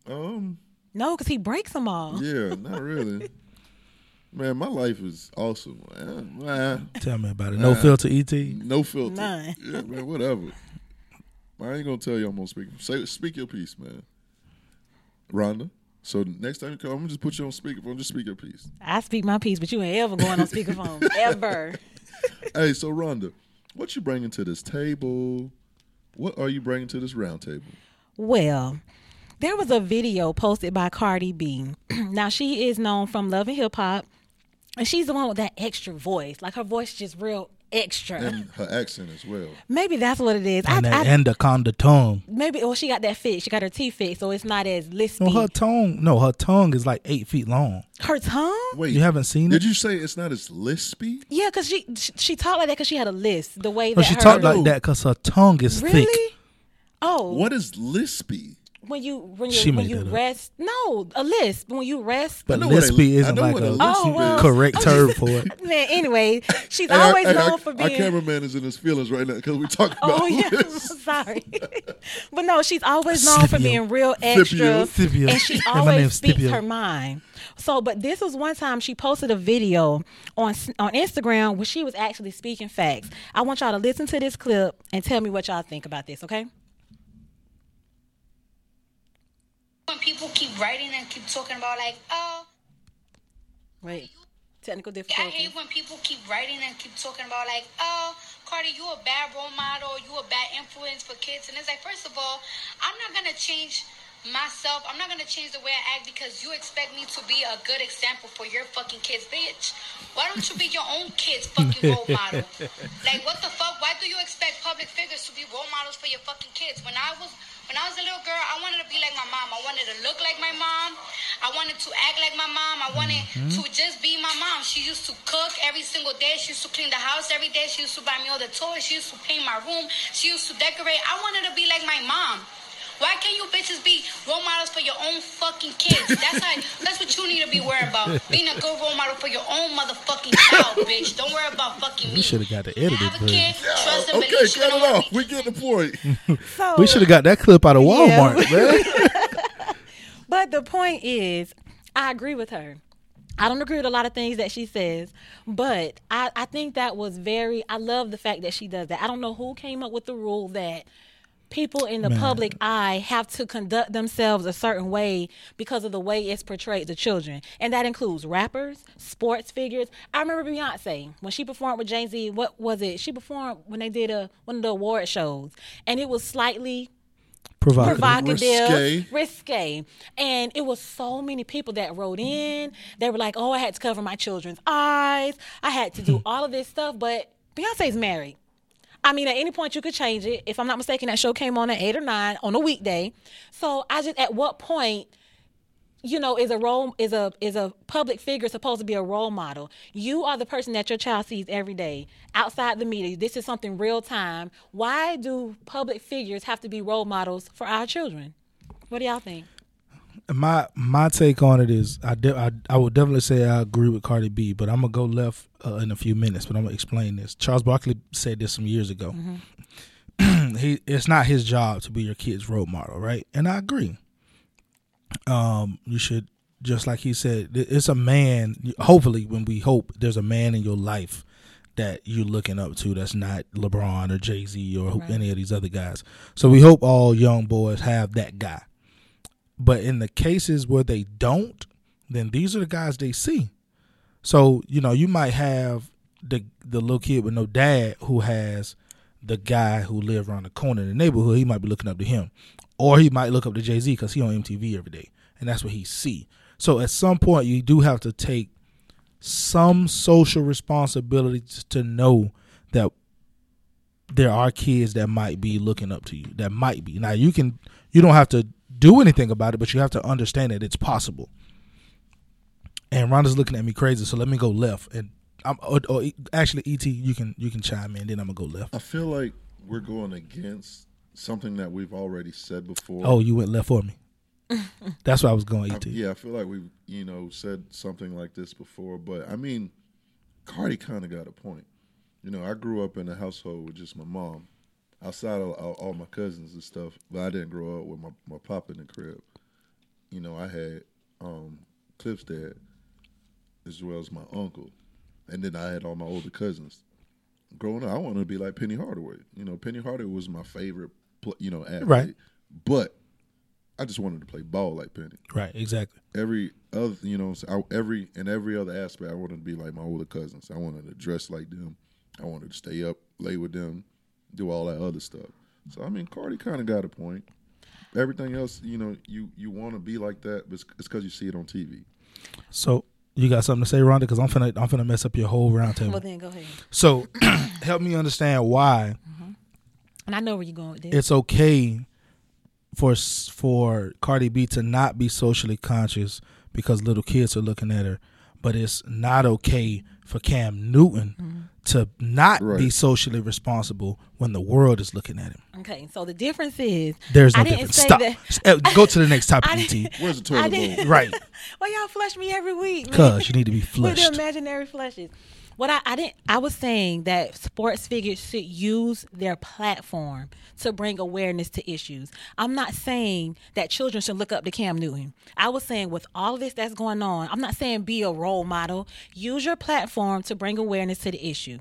S4: Um,
S5: No, because he breaks them all.
S4: yeah, not really. Man, my life is awesome. Uh, uh,
S6: Tell me about it. No filter, E et.
S4: no filter.
S5: None.
S4: Yeah, man, whatever. I ain't gonna tell you I'm gonna speak. Say, speak your piece, man. Rhonda. So next time you come, I'm gonna just put you on speakerphone. Just speak your piece.
S5: I speak my piece, but you ain't ever going on speakerphone ever.
S4: Hey, so Rhonda, what you bringing to this table? What are you bringing to this round table?
S5: Well, there was a video posted by Cardi B. now she is known from Love and Hip Hop, and she's the one with that extra voice. Like her voice is just real extra.
S4: And her accent as well.
S5: Maybe that's what it is. I,
S6: And that
S5: I-
S6: anaconda tongue.
S5: maybe well she got that fixed. She got her teeth fixed, so it's not as lispy.
S6: No, her tongue. No, her tongue is like eight feet long.
S5: her tongue.
S4: Wait,
S6: You haven't seen it?
S4: Did you say it's not as lispy?
S5: Yeah, cause she she, she talked like that because she had a list. The way that
S6: No, she
S5: her,
S6: talked
S4: No.
S6: like that because her tongue is
S5: really.
S6: thick.
S5: Oh,
S4: What is lispy?
S5: when you when
S6: She
S5: you when
S6: made
S5: you
S6: that up.
S5: rest? No, a list. When you rest,
S6: But
S4: know what a-
S6: lispy
S4: I
S6: isn't
S4: know
S6: like
S4: what
S6: a
S5: Oh,
S4: a lispy
S5: is.
S6: correct term for it.
S5: man. Anyway, she's
S4: Hey, our-
S5: always
S4: hey,
S5: known
S4: our,
S5: for
S4: our
S5: being.
S4: cameraman is in his feelings right now because we talked about
S5: Oh yeah,
S4: this.
S5: sorry, but no, she's always known for
S6: Scipio.
S5: being real extra,
S6: Scipio.
S5: and she
S6: Yeah, my
S5: always
S6: name's
S5: speaks
S6: Scipio.
S5: her mind. So, but this was one time she posted a video on s- on Instagram where she was actually speaking facts. I want y'all to listen to this clip and tell me what y'all think about this, okay?
S7: when people keep writing and keep talking about like, oh,
S5: Wait, technical
S7: I
S5: difficulties.
S7: hate when people keep writing and keep talking about like, oh, Cardi, you a bad role model, you a bad influence for kids. And it's like, first of all, I'm not gonna change myself, I'm not gonna change the way I act because you expect me to be a good example for your fucking kids, bitch. Why don't you be your own kids' fucking role model? like, what the fuck? Why do you expect public figures to be role models for your fucking kids? When I was when I was a little girl, I wanted to be like my mom. I wanted to look like my mom. I wanted to act like my mom. I wanted
S6: Mm-hmm.
S7: to just be my mom. She used to cook every single day. She used to clean the house every day. She used to buy me all the toys. She used to paint my room. She used to decorate. I wanted to be like my mom. Why can't you bitches be role models for your own fucking kids? That's how, that's what you need to be worried about. Being a good role model for your own motherfucking child, bitch. Don't worry about fucking me.
S6: We shoulda got the edited
S7: Have a kid, trust and
S4: Okay,
S7: believe. She
S4: cut
S7: don't
S4: it
S7: wanna
S4: off.
S7: be-
S4: We get the point.
S5: So,
S6: We should have got that clip out of Walmart, man.
S5: but the point is, I agree with her. I don't agree with a lot of things that she says, but I, I think that was very. I love the fact that she does that. I don't know who came up with the rule that people in the public eye have to conduct themselves a certain way because of the way it's portrayed to children. And that includes rappers, sports figures. I remember Beyonce when she performed with Jay Z. What was it? She performed when they did a one of the award shows, and it was slightly
S6: Provocative.
S5: provocative,
S4: Risque.
S5: risque. And it was so many people that wrote in. They were like, oh, I had to cover my children's eyes. I had to do all of this stuff. But Beyonce's married. I mean, at any point you could change it. If I'm not mistaken, that show came on at eight or nine on a weekday. So I just, at what point you know is a role is a is a public figure supposed to be a role model you are the person that your child sees every day outside the media this is something real time why do public figures have to be role models for our children what do y'all think
S6: my my take on it is I, de- I I would definitely say I agree with Cardi B, but I'm gonna go left uh, in a few minutes. But I'm gonna explain this. Charles Barkley said this some years ago. he it's not his job to be your kid's role model, right? And I agree. Um, you should just like he said, th- it's a man. Hopefully, when we hope there's a man in your life that you're looking up to that's not LeBron or Jay Z or who any of these other guys. So we hope all young boys have that guy. But in the cases where they don't, then these are the guys they see. So you know, you might have the the little kid with no dad who has the guy who lived around the corner in the neighborhood. He might be looking up to him, or he might look up to Jay Z because he on MTV every day, and that's what he see. So at some point, you do have to take some social responsibility t- to know that there are kids that might be looking up to you. That might be. Now you can you don't have to do anything about it, but you have to understand that it's possible. And Rhonda's looking at me crazy, so let me go left. And I'm or, or actually ET, you can you can chime in. Then I'm gonna go left.
S4: I feel like we're going against something that we've already said before.
S6: Oh, you went left for me. That's where I was going, E ET.
S4: yeah, I feel like we've you know said something like this before, but I mean, Cardi kind of got a point. You know, I grew up in a household with just my mom, outside of all, all my cousins and stuff, but I didn't grow up with my my pop in the crib. You know, I had um, Cliff's dad, as well as my uncle, and then I had all my older cousins. Growing up, I wanted to be like Penny Hardaway. You know, Penny Hardaway was my favorite, pl- you know, athlete.
S6: Right.
S4: But I just wanted to play ball like Penny
S6: Right, exactly.
S4: every other you know so I, every in every other aspect i wanted to be like my older cousins i wanted to dress like them i wanted to stay up late with them do all that other stuff so i mean cardi kind of got a point everything else you know you you want to be like that but it's because you see it on tv
S6: So you got something to say, Rhonda? Because I'm finna I'm finna mess up your whole round table.
S5: well then go ahead
S6: So help me understand why.
S5: and i know where you're going with this
S6: it's okay for s- for Cardi B to not be socially conscious because little kids are looking at her, but it's not okay for Cam Newton
S5: Mm-hmm.
S6: to not be
S4: Right.
S6: socially responsible when the world is looking at him.
S5: okay so the difference is
S6: There's no
S5: i didn't
S6: difference.
S5: say
S6: Stop.
S5: that
S6: S- uh, Go to the next topic,
S5: I
S6: ET.
S4: where's the
S5: I
S4: toilet
S5: didn't-
S4: bowl
S6: Right,
S5: Why y'all flush me every week? man?
S6: cause you need to be
S5: With the
S6: flushed.
S5: imaginary flushes. What I, I didn't I was saying that sports figures should use their platform to bring awareness to issues. I'm not saying that children should look up to Cam Newton. I was saying with all of this that's going on, I'm not saying be a role model. Use your platform to bring awareness to the issue.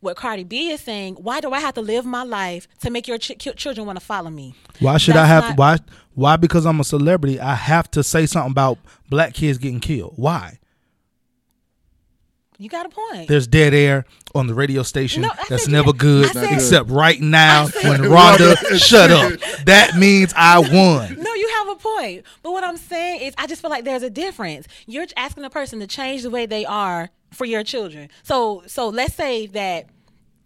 S5: What Cardi B is saying, why do I have to live my life to make your ch- children want to follow me?
S6: Why should I
S5: That's
S6: have
S5: not-
S6: why why because I'm a celebrity I have to say something about black kids getting killed? Why?
S5: You got a point.
S6: There's dead air on the radio station
S5: No, I
S6: that's
S5: said-
S6: never good
S5: I said-
S6: except right
S5: I
S6: now
S5: said-
S6: when Rhonda shut up. That means I won.
S5: No, you have a point. But what I'm saying is, I just feel like there's a difference. You're asking a person to change the way they are for your children. So, so let's say that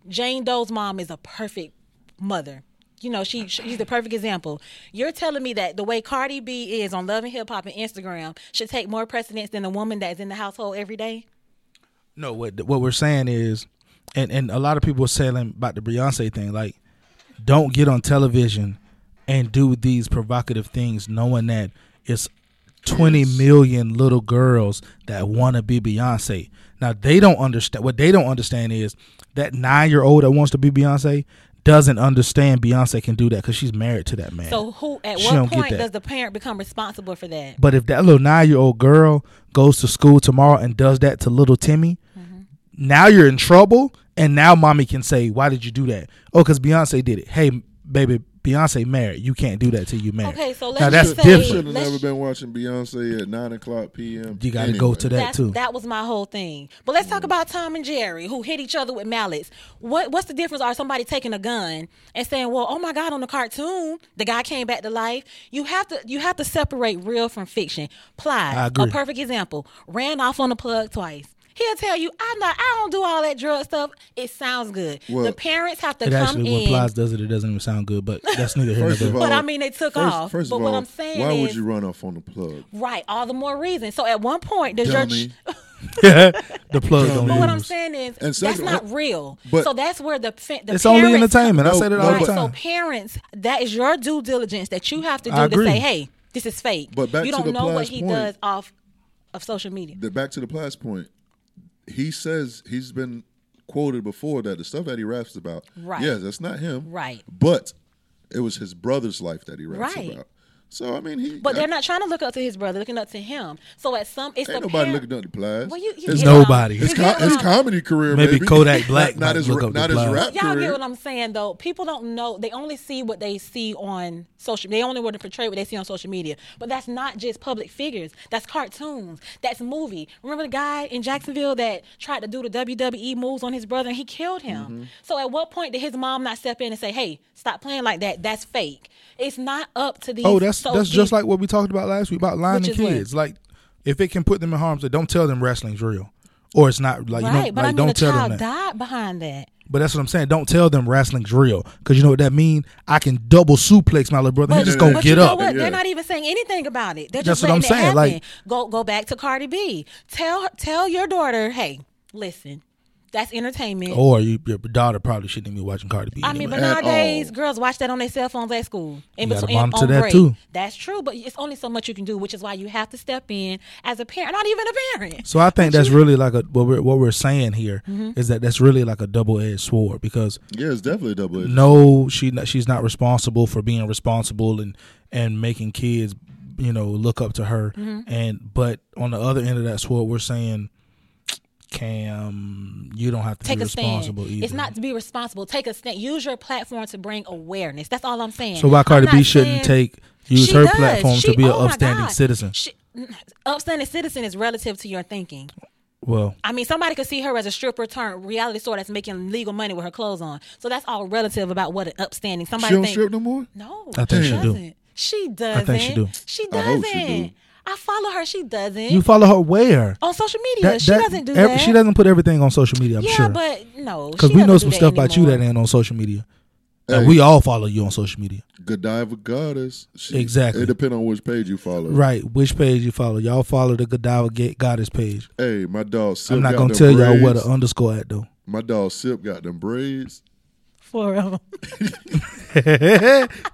S5: Jane Doe's mom is a perfect mother. You know, she she's the perfect example. You're telling me that the way Cardi B is on Love and Hip Hop and Instagram should take more precedence than the woman that is in the household every day.
S6: No, what what we're saying is, and and a lot of people are saying about the Beyonce thing, like, don't get on television and do these provocative things, knowing that it's twenty million little girls that want to be Beyonce. Now they don't understand. What they don't understand is that nine year old that wants to be Beyonce doesn't understand Beyonce can do that because she's married to that man.
S5: So, who at
S6: She don't
S5: what
S6: get
S5: point
S6: that.
S5: does the parent become responsible for that?
S6: But if that little nine year old girl goes to school tomorrow and does that to little Timmy,
S5: Mm-hmm.
S6: now you're in trouble. And now mommy can say, Why did you do that? Oh, because Beyonce did it. Hey, baby, Beyonce married. You can't do that till you married.
S5: Okay, so let's
S6: now that's
S5: just say-
S6: different.
S4: Should have
S5: Let's-
S4: never been watching Beyonce at nine o'clock p.m.
S6: You got to go
S4: anyway.
S6: to that
S5: That's-
S6: too. Mm.
S5: That was my whole thing. But let's talk about Tom and Jerry who hit each other with mallets. What what's the difference are somebody taking a gun and saying, "Well, oh my god, on the cartoon, the guy came back to life." You have to you have to separate real from fiction.
S6: I
S5: Plies,
S6: agree.
S5: a perfect example, ran off on the plug twice. He'll tell you, "I'm not I don't do all that drug stuff. It sounds good."
S4: Well,
S5: the parents have to
S6: it
S5: come
S6: actually, when
S5: in.
S6: Plies does it, it doesn't even sound good, but that's neither here nor
S4: First of
S6: there.
S4: all,
S5: But I mean, they took
S4: first,
S5: off.
S4: First
S5: But
S4: of
S5: what
S4: all,
S5: I'm saying
S4: why would
S5: is-
S4: you run off on the plug?
S5: Right, all the more reason. So at one point, does your
S4: Dummy.
S5: ch-
S6: the plug don't
S5: But what I'm
S6: use.
S5: saying is
S4: And
S5: that's
S4: second-
S5: not real.
S4: but-
S5: so that's where the, fa- the
S6: It's only
S5: parents-
S6: entertainment. I
S4: No,
S6: said it
S4: no,
S6: all
S5: Right.
S6: the
S5: So
S6: time.
S5: parents, that is your due diligence that you have to
S6: I
S5: do to
S6: agree.
S5: say, hey, this is fake.
S4: But back
S5: you
S4: to
S5: don't
S4: the
S5: know what
S4: Plies
S5: he
S4: point.
S5: does off of social media.
S4: The, back to the Plies point. He says he's been quoted before that the stuff that he raps about.
S5: Right.
S4: Yes, that's not him.
S5: Right.
S4: But it was his brother's life that he raps
S5: Right.
S4: about. So I mean, he.
S5: But they're not trying to look up to his brother, looking up to him. So at some, it's
S4: Ain't
S5: the
S4: nobody
S5: parent-
S4: looking up to Plies.
S5: Well, you, you
S4: his,
S5: get what I'm-
S6: Nobody.
S5: you
S4: his,
S5: get
S4: co-
S5: what
S4: his
S5: I'm-
S4: comedy career.
S6: Maybe
S4: maybe.
S6: Kodak Black
S4: Not, not
S6: might
S4: his.
S6: look
S4: ra-
S6: up to
S4: Not his
S6: Plies.
S4: rap
S5: Y'all
S4: career.
S5: get what I'm saying though. People don't know. They only see what they see on social. They only want to portray what they see on social media. But that's not just public figures. That's cartoons. That's movie. Remember the guy in Jacksonville that tried to do the WWE moves on his brother and he killed him.
S6: Mm-hmm.
S5: So at what point did his mom not step in and say, "Hey, stop playing like that. That's fake. It's not up to these."
S6: Oh, that's
S5: so
S6: that's
S5: these-
S6: just like what we talked about last week about lying to
S5: Which is what?
S6: kids. Like, if it can put them in harm's way, don't tell them wrestling's real, or it's not. Like,
S5: right.
S6: you don't,
S5: but
S6: like,
S5: I mean,
S6: don't
S5: the
S6: tell them
S5: child
S6: that.
S5: died behind that.
S6: But that's what I'm saying. Don't tell them wrestling's real, because you know what that means. I can double suplex my little brother. He's just gonna
S5: but
S6: get
S5: you know
S6: up.
S5: what?
S4: Yeah.
S5: They're not even saying anything about it. They're
S6: That's
S5: just
S6: what I'm
S5: letting it
S6: saying,
S5: happen.
S6: like-
S5: go go back to Cardi B. Tell tell your daughter, hey, listen, that's entertainment.
S6: Or you, your daughter probably shouldn't even be watching Cardi B.
S5: I mean,
S6: anyway.
S5: but
S4: At
S5: nowadays
S4: all.
S5: girls watch that on their cell phones at school. And
S6: You gotta
S5: between-
S6: monitor
S5: on
S6: that,
S5: break.
S6: too.
S5: That's true, but it's only so much you can do, which is why you have to step in as a parent, not even a parent.
S6: so I think that's really like a what we're what we're saying here is
S5: Mm-hmm.
S6: that that's really like a double edged sword because
S4: Yeah, it's definitely a double edged.
S6: no, she not, she's not responsible for being responsible and and making kids, you know, look up to her.
S5: Mm-hmm.
S6: And but on the other end of that sword, we're saying, Cam, you don't have to
S5: Take
S6: be
S5: a stand.
S6: responsible either.
S5: It's not to be responsible. Take a stand. Use your platform to bring awareness. That's all I'm saying.
S6: so why
S5: I'm
S6: Cardi
S5: not
S6: B shouldn't
S5: saying-
S6: take use
S5: She
S6: her
S5: does.
S6: platform
S5: She-
S6: to be
S5: oh
S6: an
S5: my
S6: upstanding
S5: God.
S6: citizen?
S5: She, mm, upstanding citizen is relative to your thinking.
S6: well,
S5: I mean, somebody could see her as a stripper turned reality star that's making legal money with her clothes on. So that's all relative about what an upstanding. Somebody
S4: She don't
S5: think,
S4: strip no more.
S5: no,
S6: I think
S5: she
S6: she do.
S5: doesn't. She doesn't.
S6: think she do.
S5: She
S4: I hope
S5: doesn't.
S4: she
S5: I,
S4: do.
S5: follow her. She doesn't.
S6: you follow her where?
S5: on social media,
S6: That-
S5: she
S6: that-
S5: doesn't do
S6: ev-
S5: that.
S6: She doesn't put everything on social media. I'm
S5: Yeah,
S6: sure
S5: but no,
S6: because
S5: she
S6: we
S5: doesn't
S6: know
S5: do
S6: some
S5: that
S6: stuff about you
S5: anymore.
S6: that ain't on social media.
S4: Hey.
S6: Like we all follow you on social media.
S4: Godiva goddess. She,
S6: Exactly.
S4: It depends on which page you follow.
S6: Right, which page you follow? Y'all follow the Godiva Ga- Goddess page.
S4: Hey, my dog. Sip
S6: I'm not
S4: got
S6: gonna
S4: them
S6: tell y'all where
S4: braids.
S6: the underscore at though.
S4: My dog Sip got them braids.
S5: Four of 'em.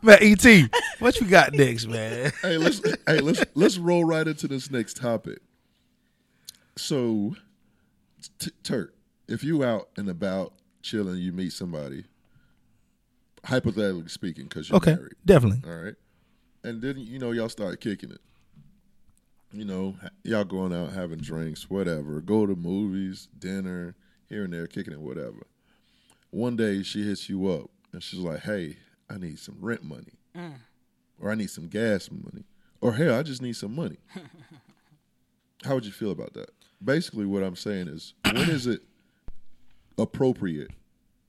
S6: man, Et, what you got next, man?
S4: Hey, let's hey let's let's roll right into this next topic. So, t- Turk, if you out and about chilling, you meet somebody. Hypothetically speaking, because you're
S6: Okay,
S4: married,
S6: definitely.
S4: all right, and then you know y'all start kicking it. You know, h- y'all going out having drinks, whatever. Go to movies, dinner, here and there, kicking it, whatever. One day she hits you up and she's like, "Hey, I need some rent money." or I need some gas money, or hell, I just need some money. How would you feel about that? basically what I'm saying is when is it appropriate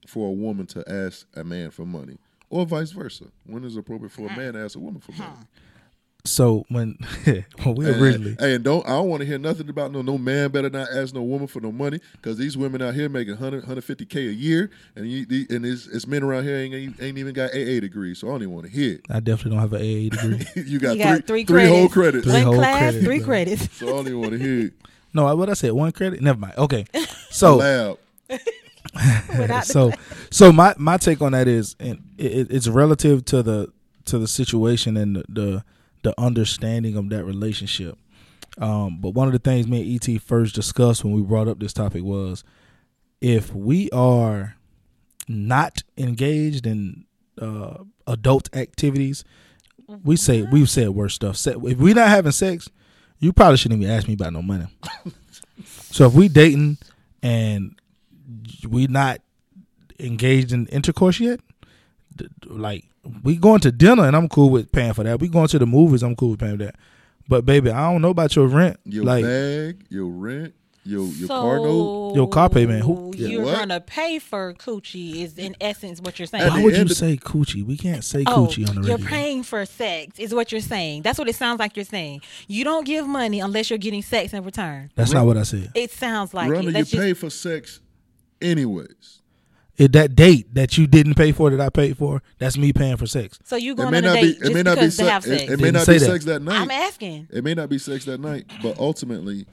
S4: for a woman to ask a man for money? Or vice versa. When is it appropriate for a man to ask a woman for money?
S6: So when when we
S4: And-
S6: originally
S4: Hey, and don't I don't want to hear nothing about no no man better not ask no woman for no money because these women out here making 100, 150 k a year, and you, the, and it's, it's men around here ain't ain't even got AA degrees, so I don't even want to hear
S6: I definitely don't have an AA degree.
S4: it. you got,
S5: You got
S4: three
S5: three
S4: three whole credits,
S5: credits.
S6: Three
S5: One
S6: whole
S5: class,
S6: credits,
S5: three
S6: bro.
S5: credits.
S4: so I don't even want to hear it.
S6: no, I- what I said, one credit. Never mind. Okay, so
S4: Lab.
S6: so so my my take on that is, and it, it- it's relative to the to the situation and the the, the understanding of that relationship. Um, but one of the things me and Et first discussed when we brought up this topic was if we are not engaged in uh, adult activities, we say we've said worse stuff. Se- If we not having sex, you probably shouldn't even ask me about no money. so if we dating and we not engaged in intercourse yet, d- d- like we going to dinner and I'm cool with paying for that. We going to the movies, I'm cool with paying for that. But baby, I don't know about your rent.
S4: Your
S6: like
S4: bag, your rent, your your car note.
S6: Your car payment, who- Yeah,
S5: you're
S4: what?
S5: gonna pay for coochie is in essence what you're saying.
S4: At
S6: why
S4: the
S6: would you
S4: end of-
S6: say coochie? We can't say
S5: Oh,
S6: coochie on the radio.
S5: you're paying for sex is what you're saying. That's what it sounds like you're saying. You don't give money unless you're getting sex in return.
S6: That's not what I said.
S5: It sounds like
S4: Rhonda,
S5: it.
S4: you
S5: Let's just-
S4: pay for sex, anyways.
S6: It, that date that you didn't pay for that I paid for, that's me paying for sex.
S5: so you
S4: It
S5: going
S4: may
S5: on a
S4: not
S5: date
S4: be.
S5: just
S4: It may not be
S5: because they have
S4: sex.
S5: sex?
S4: It, it may
S6: Didn't
S4: not
S6: say
S4: be
S6: that.
S4: sex that night.
S5: I'm asking.
S4: It may not be sex that night, but ultimately,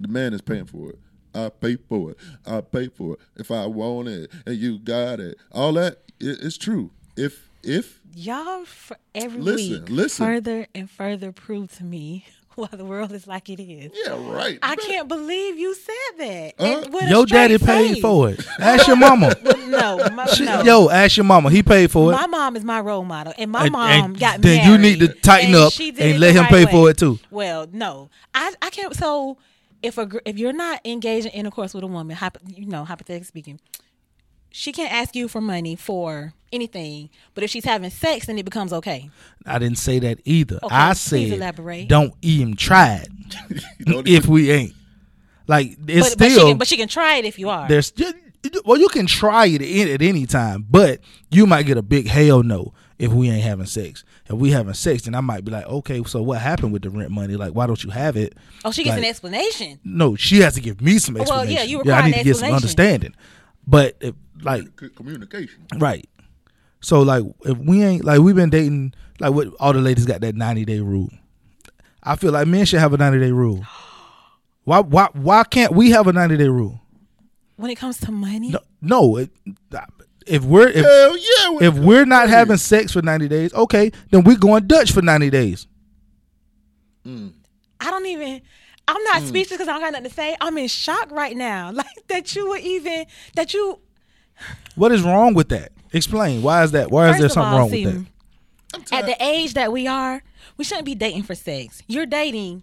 S4: the man is paying for it. I pay for it. I pay for it. If I want it, and you got it, all that it, it's true. If if
S5: Y'all for every
S4: Listen,
S5: week
S4: listen.
S5: further and further prove to me why the world is like it is.
S4: yeah, right.
S5: I can't believe you said that.
S4: Uh,
S5: And with a
S6: Your
S5: straight
S6: daddy paid
S5: face.
S6: for it. Ask your mama.
S5: No, my,
S6: She-
S5: no.
S6: Yo, ask your mama. He paid for it.
S5: My mom is my role model, and my
S6: And-
S5: mom
S6: and
S5: got
S6: then you need to
S5: married,
S6: tighten up
S5: she did
S6: and
S5: it
S6: let
S5: the
S6: him
S5: right
S6: pay
S5: way.
S6: for it, too.
S5: Well, no, I I can't. So if a gr- if you're not engaged in intercourse with a woman, hypo, you know, hypothetically speaking, she can't ask you for money for anything. But if she's having sex, then it becomes okay.
S6: I didn't say that either.
S5: Okay,
S6: I
S5: please
S6: said
S5: elaborate.
S6: don't even try it
S4: Don't even-
S6: if we ain't. Like it's
S5: But, but, she
S6: still
S5: can, but she can try it if you are.
S6: there's well you can try it in at any time, but you might get a big hell no if we ain't having sex. If we having sex, then I might be like, okay, so what happened with the rent money? Like, why don't you have it?
S5: oh, she gets
S6: like-
S5: an explanation.
S6: No, she has to give me some
S5: Well, yeah,
S6: explanation.
S5: you
S6: I
S5: require
S6: need
S5: an
S6: to get some
S5: explanation.
S6: understanding. But if, like
S4: C- communication.
S6: Right. So like if we ain't like we've been dating like what all the ladies got that ninety day rule. I feel like men should have a ninety day rule. Why why why can't we have a ninety day rule?
S5: When it comes to money,
S6: No, no. It, if we're if,
S4: Hell yeah! when
S6: if
S4: it
S6: we're not having sex for ninety days, okay, then we're going Dutch for ninety days.
S5: I don't even. I'm
S6: Mm.
S5: not speechless because I don't got nothing to say. I'm in shock right now. Like that you would even that you.
S6: What is wrong with that? Explain. Why is that? Why is
S5: First
S6: there
S5: of
S6: something
S5: all,
S6: wrong
S5: see,
S6: with that?
S5: At the age that we are, we shouldn't be dating for sex. You're dating,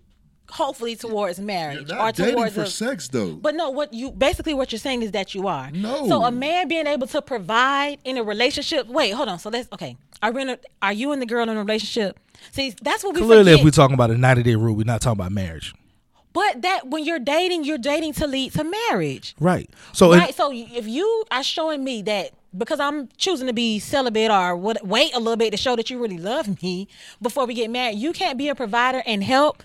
S5: hopefully, towards
S4: You're
S5: marriage or
S4: not dating
S5: towards
S4: for
S5: a-
S4: sex though.
S5: But no, what you basically what you're saying is that you are.
S4: No.
S5: So a man being able to provide in a relationship. Wait, hold on. So let's okay. Are we in a, Are you and the girl in a relationship? See, that's what we
S6: Clearly,
S5: forget.
S6: if we're talking about a ninety day rule, we're not talking about marriage.
S5: but that when you're dating, you're dating to lead to marriage.
S6: Right. So it-
S5: right. So if you are showing me that because I'm choosing to be celibate or what, wait a little bit to show that you really love me before we get married, you can't be a provider and help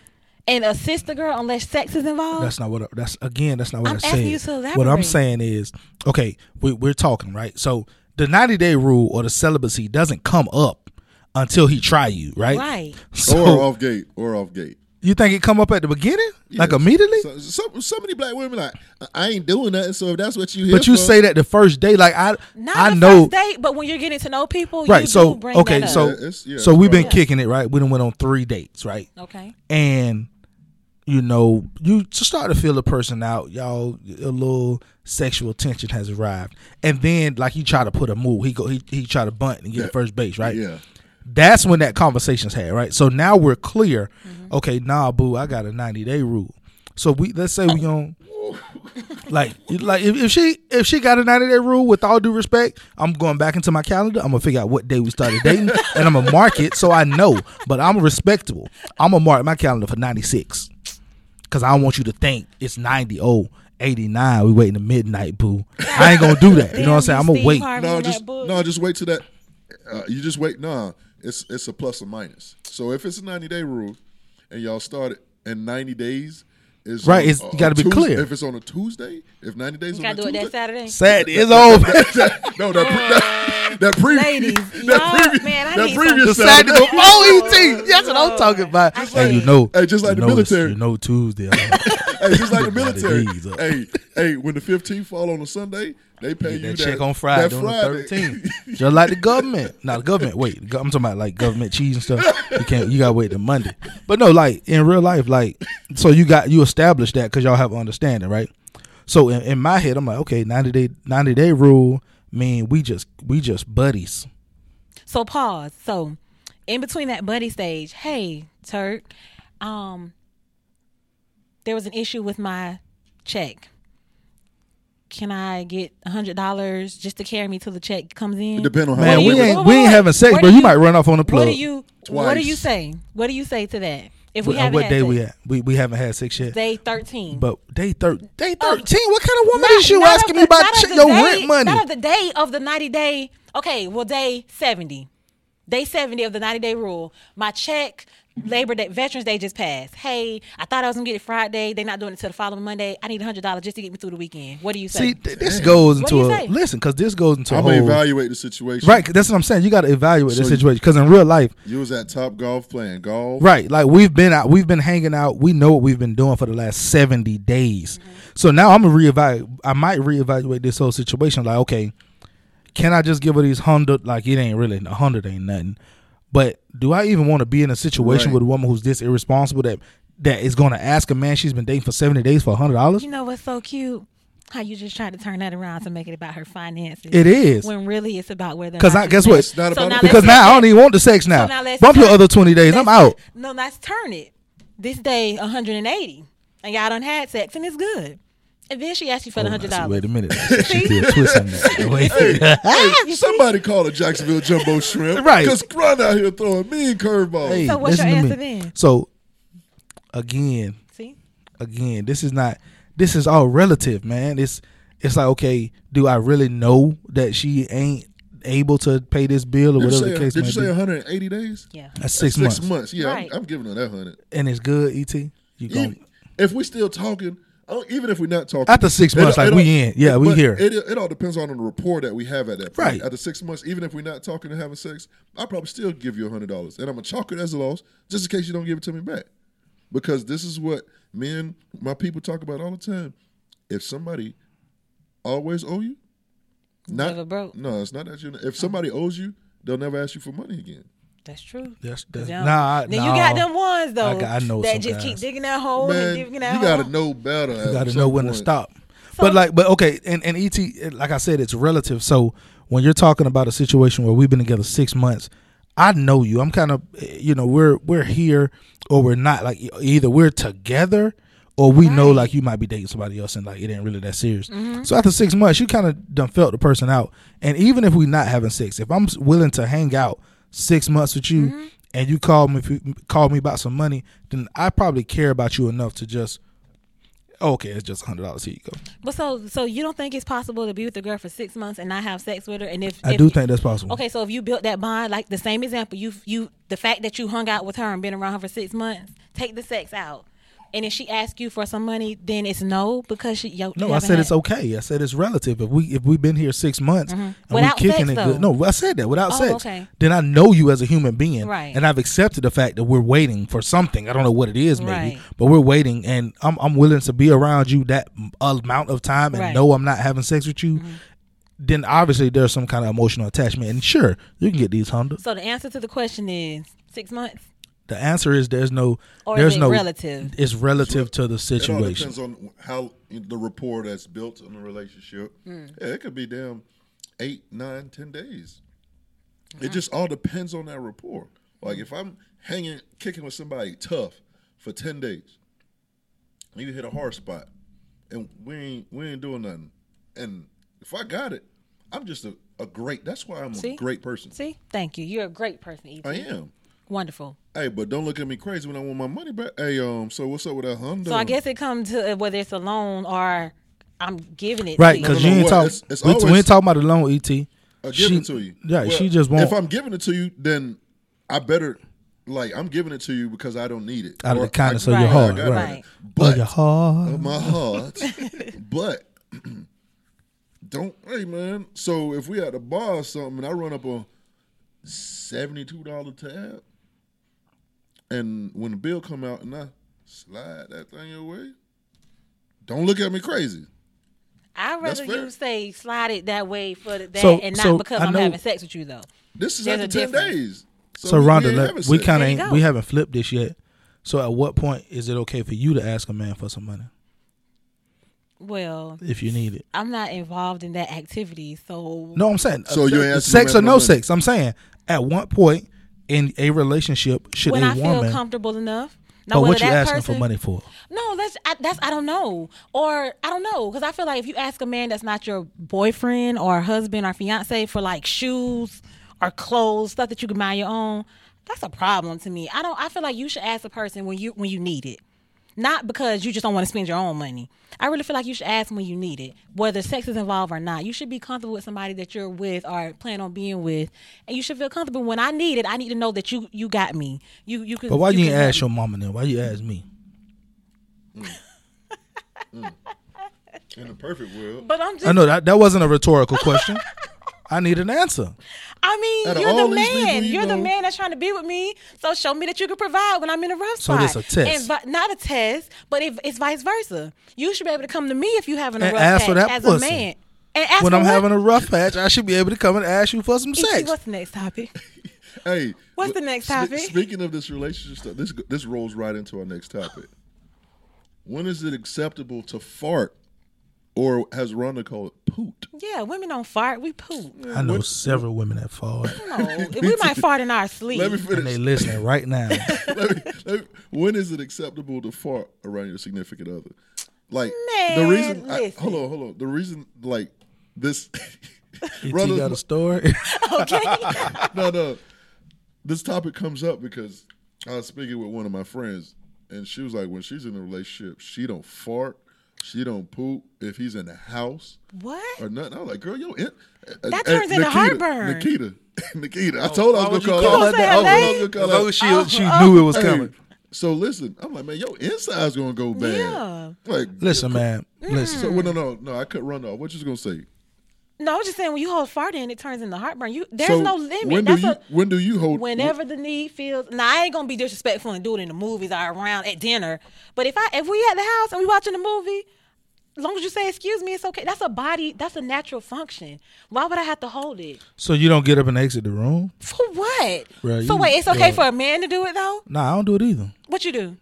S5: and assist the girl unless sex is involved.
S6: That's not what. I, that's again. That's not what
S5: I'm
S6: I
S5: asking
S6: said.
S5: you to
S6: what I'm
S5: elaborate.
S6: saying is, okay, we, we're talking right. So the 90 day rule or the celibacy doesn't come up until he try you, right?
S5: Right.
S6: So
S4: or off gate. Or off gate.
S6: you think it come up at the beginning, like
S4: Yes.
S6: immediately?
S4: So, so, so many black women like I ain't doing nothing. So if that's what you hear,
S6: but you
S4: for,
S6: say that the first day, like I,
S5: Not
S6: I
S5: the
S6: know,
S5: first date, but when you're getting to know people,
S6: right?
S5: You
S6: so
S5: do bring
S6: okay,
S5: that up.
S6: so
S4: Yeah, it's- yeah,
S6: so
S4: it's
S6: we've been
S4: part
S6: kicking it, right? We done went on three dates, right?
S5: okay,
S6: and you know you just start to feel the person out y'all a little sexual tension has arrived and then like he try to put a move he go he, he try to bunt and get to first base right
S4: Yeah.
S6: that's when that conversation's had right so now we're clear
S5: Mm-hmm.
S6: okay nah boo i got a 90 day rule so we let's say
S5: Oh.
S6: we on like like if, if she if she got a 90 day rule with all due respect i'm going back into my calendar i'm gonna figure out what day we started dating and i'm gonna mark it so i know but i'm respectable i'm gonna mark my calendar for 96 because I don't want you to think it's 90. Oh, 89. We waiting to midnight, boo. I ain't gonna do that. You know what I'm saying? I'm gonna
S5: Steve
S6: wait.
S5: Harvey
S4: No,
S5: in that
S4: just
S5: book.
S4: no, just wait till that. Uh, you just wait. Nah, it's it's a plus or minus. So if it's a ninety day rule, and y'all start it in ninety days, is
S6: Right, it's- you gotta be
S4: Tues-
S6: clear.
S4: If it's on a Tuesday, if ninety days, on a
S5: gotta do it
S4: Tuesday,
S5: that Saturday.
S6: Sad is over.
S4: no, that pre- that, that previous,
S5: Ladies,
S4: that
S5: y'all-
S4: previous,
S5: man, I
S4: that
S5: need
S4: previous
S5: something.
S4: Saturday.
S6: Decided to go oh, ET. That's what I'm talking about. And you know,
S4: Hey, just like
S6: you
S4: the
S6: know it's-
S4: military.
S6: You know, Tuesday.
S4: hey, just like the
S6: Everybody
S4: military.
S6: leaves up.
S4: hey, hey, when the fifteenth fall on a Sunday, they pay you
S6: Get that
S4: that
S6: check on Friday,
S4: that
S6: on the thirteenth, just like the government. Now the government, wait, I'm talking about like government cheese and stuff. You can't, you gotta wait till Monday. But no, like in real life, like so you got you established that because y'all have understanding, right? So in, in my head, I'm like, okay, ninety day, ninety day rule mean we just we just buddies.
S5: So pause. So in between that buddy stage, hey Turk, um, there was an issue with my check. Can I get a hundred dollars just to carry me till the check comes in?
S4: Depend on how
S6: Man,
S4: long
S5: do
S6: we
S4: it
S5: you-
S6: ain't
S5: wait,
S6: we
S5: wait,
S6: ain't having sex,
S5: where
S6: bro.
S5: do
S6: You,
S5: you-
S6: might run off on the plug.
S5: What do you What do you
S4: Twice.
S5: say? What do you say to that? If we
S6: What-
S5: haven't
S6: uh, what
S5: had
S6: day
S5: sex?
S6: we at? We we haven't had sex yet.
S5: Day thirteen.
S6: But day thir- day thirteen. what kind of
S5: Oh,
S6: woman
S5: Not-
S6: is you
S5: not of
S6: asking
S5: the-
S6: me about
S5: not of
S6: ch-
S5: the
S6: your
S5: day-
S6: rent money?
S5: Not of the day of the 90 day. Okay, well, day 70. Day 70 of the 90 day rule. My check, Labor Day, Veterans Day just passed. Hey, I thought I was going to get it Friday. They're not doing it till the following Monday. I need $100 just to get me through the weekend. What do you say?
S6: See, th- this goes
S5: What do you
S6: into a
S5: say?
S6: listen because this goes into a
S4: I'm
S6: whole
S4: gonna evaluate the situation.
S6: right. 'cause That's what I'm saying. You got to evaluate the
S4: So you-
S6: situation because in real life,
S4: You was at Top Golf playing golf.
S6: right? Like we've been out, we've been hanging out. We know what we've been doing for the last seventy days.
S5: Mm-hmm.
S6: So now I'm gonna reevaluate. I might reevaluate this whole situation. Like, okay, can I just give her these hundred? Like, it ain't really a hundred, ain't nothing. But do I even want to be in a situation
S4: Right.
S6: with a woman who's this irresponsible that that is going to ask a man she's been dating for seventy days for hundred dollars?
S5: You know what's so cute? How you just tried to turn that around to make it about her finances.
S6: It is.
S5: When really it's about whether. or
S6: Because
S5: not
S6: I
S5: you
S6: guess
S5: make-
S6: what?
S4: It's not about-
S5: let's
S6: because
S5: take
S6: now I
S5: that-
S6: don't even want the sex now.
S5: So now let's
S6: Bump your
S5: turn-
S6: other twenty days. I'm
S5: let's-
S6: out.
S5: No, let's turn it. This day, 180, and y'all done had sex, and it's good. And then she asked you for the hundred
S6: So Wait
S5: dollars.
S6: a minute. She did twist on that. Wait.
S4: Hey, somebody call a Jacksonville Jumbo Shrimp.
S6: Right.
S4: Because Grunt out here throwing mean curveballs.
S6: Hey,
S5: So what's your
S6: listen to
S5: answer
S6: me.
S5: then?
S6: So again,
S5: See,
S6: again, this is not this is all relative, man. It's it's like, okay, do I really know that she ain't able to pay this bill or
S4: Did you
S6: whatever
S4: say,
S6: the case
S4: did
S6: may
S4: you say
S6: be?
S4: 180 days?
S5: yeah.
S6: That's six,
S4: Six
S6: months.
S4: months. Yeah, I'm-
S5: Right.
S4: I'm, giving her that 100.
S6: And it's good, E. T. You
S4: Even,
S6: going
S4: if we still talking, I don't- even if we're not talking.
S6: After six months, like,
S4: all-
S6: we in. Yeah, we
S4: but
S6: here.
S4: It, it all depends on the rapport that we have at that point.
S6: Right.
S4: After six months, even if we're not talking and having sex, I'll probably still give you $100. And I'm going to chalk it as a loss just in case you don't give it to me back. Because this is what men, my people talk about all the time. If somebody always owe you, not
S5: Never broke.
S4: No, it's not that you. If somebody owes you, they'll never ask you for money again.
S5: That's true.
S6: That's, that's,
S5: Them-
S6: nah, I-
S5: then
S6: nah.
S5: you got them ones though
S6: I got- I know
S5: that
S6: some
S5: just keep
S6: guys.
S5: digging that hole
S4: Man,
S5: and
S4: you
S5: digging that hole.
S4: gotta know better.
S6: You got to know when to stop. but
S5: So-
S6: like, but okay, and and et it- like I said, it's relative. So when you're talking about a situation where we've been together six months, I know you. I'm kind of, eh, you know, we're we're here or we're not. Like e- either we're together or we know like you might be dating somebody else and like it ain't really that serious. So after six months, you kind of done felt the person out. And even if we not having sex, if I'm s- willing to hang out six months with you. And you call me if you call me about some money, then I probably care about you enough to just Oh, okay, it's just hundred dollars. Here you go.
S5: But so, so you don't think it's possible to be with a girl for six months and not have sex with her? And if
S6: I
S5: if-
S6: do think that's possible.
S5: Okay, so if you built that bond, like the same example, you you the fact that you hung out with her and been around her for six months, take the sex out, and if she asks you for some money, then it's no because she yo,
S6: No,
S5: you
S6: I
S5: haven't
S6: said
S5: had-
S6: it's okay. I said it's relative. If we if we've been here six months and
S5: Without
S6: we kicking
S5: sex,
S6: it
S5: though.
S6: good. No, I said that without
S5: Oh,
S6: sex.
S5: okay.
S6: Then I know you as a human being,
S5: Right.
S6: And I've accepted the fact that we're waiting for something. I don't know what it is, maybe,
S5: Right.
S6: but we're waiting, and I'm I'm willing to be around you that m- amount of time, and
S5: Right. Mm-hmm.
S6: know I'm not having sex with you. Then obviously there's some kind of emotional attachment, and sure you can get these hundred.
S5: So the answer to the question is six months.
S6: The answer is there's no
S5: Or is
S6: there's
S5: it
S6: no
S5: relative?
S6: It's relative to
S4: It
S6: the
S4: all
S6: situation.
S4: depends on how the rapport that's built in the relationship.
S5: Hmm.
S4: Yeah, it could be damn eight, nine, ten days. It just all depends on that rapport. Like
S5: Hmm.
S4: if I'm hanging, kicking with somebody tough for ten days, and you hit a hard spot, and we ain't we ain't doing nothing. And if I got it, I'm just a, a great. That's why I'm
S5: See?
S4: a great person.
S5: See, thank you. You're a great person, E.T.
S4: I am.
S5: Wonderful.
S4: Hey, but don't look at me crazy when I want my money back. Hey, um, so what's up with that Honda?
S5: So I guess it comes to whether it's a loan or I'm giving it.
S6: Right,
S5: to
S6: because
S4: no,
S6: you
S4: no,
S6: ain't
S4: what-
S6: talking.
S4: it's- it's
S6: we, we
S4: always-
S6: ain't talking about the loan, et.
S4: I give
S6: she,
S4: it to you.
S6: Yeah,
S4: Well,
S6: she just won't.
S4: If I'm giving it to you, then I better like I'm giving it to you because I don't need it
S6: Out of
S4: Or
S6: the kindness
S4: I-
S6: of your
S4: I
S6: heart,
S4: got it.
S5: right.
S6: but
S4: But
S6: your heart.
S4: of my heart, but don't hey man. So if we at the bar or something, and I run up a seventy-two dollar tab, and when the bill come out, and I slide that thing away, don't look at me crazy.
S5: I'd
S4: That's
S5: rather
S4: fair.
S5: you say slide it that way for the, that
S6: So-
S5: and not
S6: so
S5: because
S6: I
S5: I'm
S6: know-
S5: having sex with you though.
S4: This is
S5: There's
S4: after
S5: a
S4: ten
S5: difference.
S4: days.
S6: So
S4: we- we
S6: Rhonda,
S4: ain't
S6: look,
S4: having
S6: we
S4: sex.
S6: kind
S5: There
S6: of
S5: you
S6: ain't. we
S5: go.
S6: haven't flipped this yet. So at what point is it okay for you to ask a man for some money
S5: Well,
S6: if you need it?
S5: I'm not involved in that activity, so
S6: No, I'm saying
S4: So
S6: uh,
S4: you ain't
S6: uh,
S4: asking
S6: sex
S4: no
S6: or
S4: man
S6: no
S4: for money.
S6: sex. I'm saying at what point in a relationship should
S5: when
S6: a
S5: I feel
S6: woman?
S5: comfortable enough. Now,
S6: but what
S5: whether
S6: you
S5: that
S6: asking for
S5: person-
S6: money for?
S5: No, that's I, that's I don't know, or I don't know, because I feel like if you ask a man that's not your boyfriend or husband or fiance for like shoes or clothes, stuff that you can buy your own, that's a problem to me. I don't. I feel like you should ask a person when you when you need it, not because you just don't want to spend your own money. I really feel like you should ask when you need it, whether sex is involved or not. You should be comfortable with somebody that you're with or plan on being with, and you should feel comfortable. When I need it, I need to know that you you got me. You you can.
S6: But why you,
S5: you
S6: ain't
S5: can help
S6: ask your mama then? Why you ask me?
S4: in the perfect world.
S5: But I'm just.
S6: I know that that wasn't a rhetorical question. I need an answer.
S5: I mean,
S4: Out of all
S5: you're the
S4: these people
S5: man.
S4: you
S5: You are the
S4: know-
S5: man that's trying to be with me. So show me that you can provide when I'm in a rough
S6: So
S5: spot.
S6: this a test.
S5: And vi- not a test, but if it's vice versa. You should be able to come to me if you having a
S6: And
S5: rough
S6: ask for
S5: patch
S6: that
S5: as
S6: pussy.
S5: a man. And ask
S6: when
S5: for
S6: I'm
S5: what?
S6: having a rough patch, I should be able to come and ask you for some
S5: Ichi,
S6: sex.
S5: What's the next topic?
S4: Hey,
S5: What's
S4: but
S5: the next
S4: spe-
S5: topic?
S4: speaking of this relationship stuff, this this rolls right into our next topic. When is it acceptable to fart, or has Rhonda called it poot?
S5: Yeah, women don't fart. We poop.
S6: I know several women that fall,
S5: No, we might fart in our sleep.
S4: Let me
S6: and they
S4: finish.
S6: listening right now.
S4: Let me- let me- when is it acceptable to fart around your significant other? Like the reason.
S5: Man,
S4: I,
S5: listen.
S4: hold on, hold on. The reason, like this.
S6: You
S4: Rhonda's
S6: got a story.
S5: okay.
S4: no, no. This topic comes up because I was speaking with one of my friends, and she was like, when she's in a relationship, she don't fart, she don't poop if he's in the house
S5: what?
S4: or nothing. I was like, girl, yo, it,
S5: That turns into heartburn.
S4: Nikita, Nikita. I told her I
S6: Oh, why
S4: was
S6: would you
S4: gonna
S6: call Oh,
S4: call her Oh,
S6: her that?
S4: I was
S5: Hey.
S4: gonna
S6: As
S4: call
S6: long
S4: her
S6: as she she knew it was
S4: Hey,
S6: coming.
S4: So listen, I'm like, man, yo, inside's gonna go bad.
S5: Yeah.
S4: Like,
S6: Listen, man. Listen.
S4: so well, no, no, no. I could run off. What you was gonna say?
S5: No, I'm just saying when you hold fart in, it turns into heartburn. You there's
S4: So
S5: no limit.
S4: When do
S5: That's
S4: you?
S5: a,
S4: when do you hold?
S5: whenever the need feels. Now I ain't gonna be disrespectful and do it in the movies or around at dinner. But if I if we at the house and we watching a movie, as long as you say excuse me, it's okay. That's a body. That's a natural function. Why would I have to hold it
S6: So you don't get up and exit the room?
S5: for what?
S6: Bruh,
S5: so
S6: you-
S5: wait, it's okay
S6: bruh.
S5: for a man to do it though.
S6: Nah, I don't do it either.
S5: What you do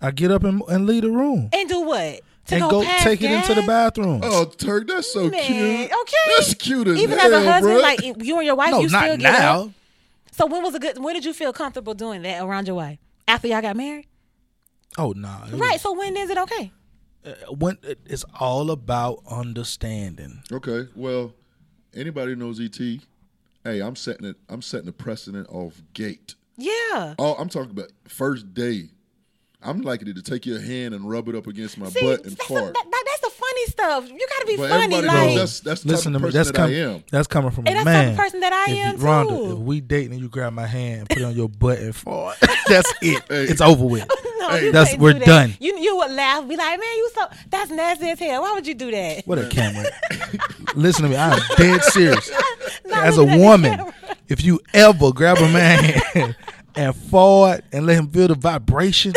S6: I get up and, and leave the room
S5: and do what? To
S6: and go,
S5: past
S6: take it
S5: gas?
S6: into the bathroom.
S4: Oh, Turk, that's so
S5: Man,
S4: cute.
S5: okay.
S4: That's cute as
S5: Even
S4: hell,
S5: as a husband,
S4: bruh.
S5: like if you and your wife,
S6: no,
S5: you still
S6: not
S5: get
S6: now.
S5: up. So when was a good? When did you feel comfortable doing that around your wife after y'all got married?
S6: Oh, nah. it
S5: Right. So when is it okay?
S6: was- When it- it's all about understanding.
S4: Okay, well, anybody who knows ET, hey, I'm setting it. I'm setting a precedent off gate.
S5: Yeah.
S4: Oh, I'm talking about first day. I'm likely to take your hand and rub it up against my
S5: See,
S4: butt and
S5: that's,
S4: fart.
S5: that- that- that's the funny stuff. You gotta be
S4: But
S5: funny,
S4: everybody
S5: like
S4: knows that's that's the
S6: Listen
S4: type
S6: to
S4: of person
S6: me. That's
S4: that
S6: coming.
S4: I am.
S6: That's coming from
S5: And
S6: a
S5: that's the
S6: man.
S5: type of person that I
S6: If you-
S5: am,
S6: Rhonda,
S5: too.
S6: if we date and you grab my hand and put it on your butt and fart, that's it. It's over with.
S5: no,
S4: Hey,
S5: you
S6: that's-
S5: couldn't
S6: we're
S5: do that.
S6: done.
S5: You you would laugh, be like, man, you so that's nasty as hell. Why would you do that?
S6: What a camera. Listen to me. I am dead serious.
S5: Not
S6: As a
S5: looking at the
S6: woman,
S5: camera.
S6: if you ever grab a man and fart and let him feel the vibration,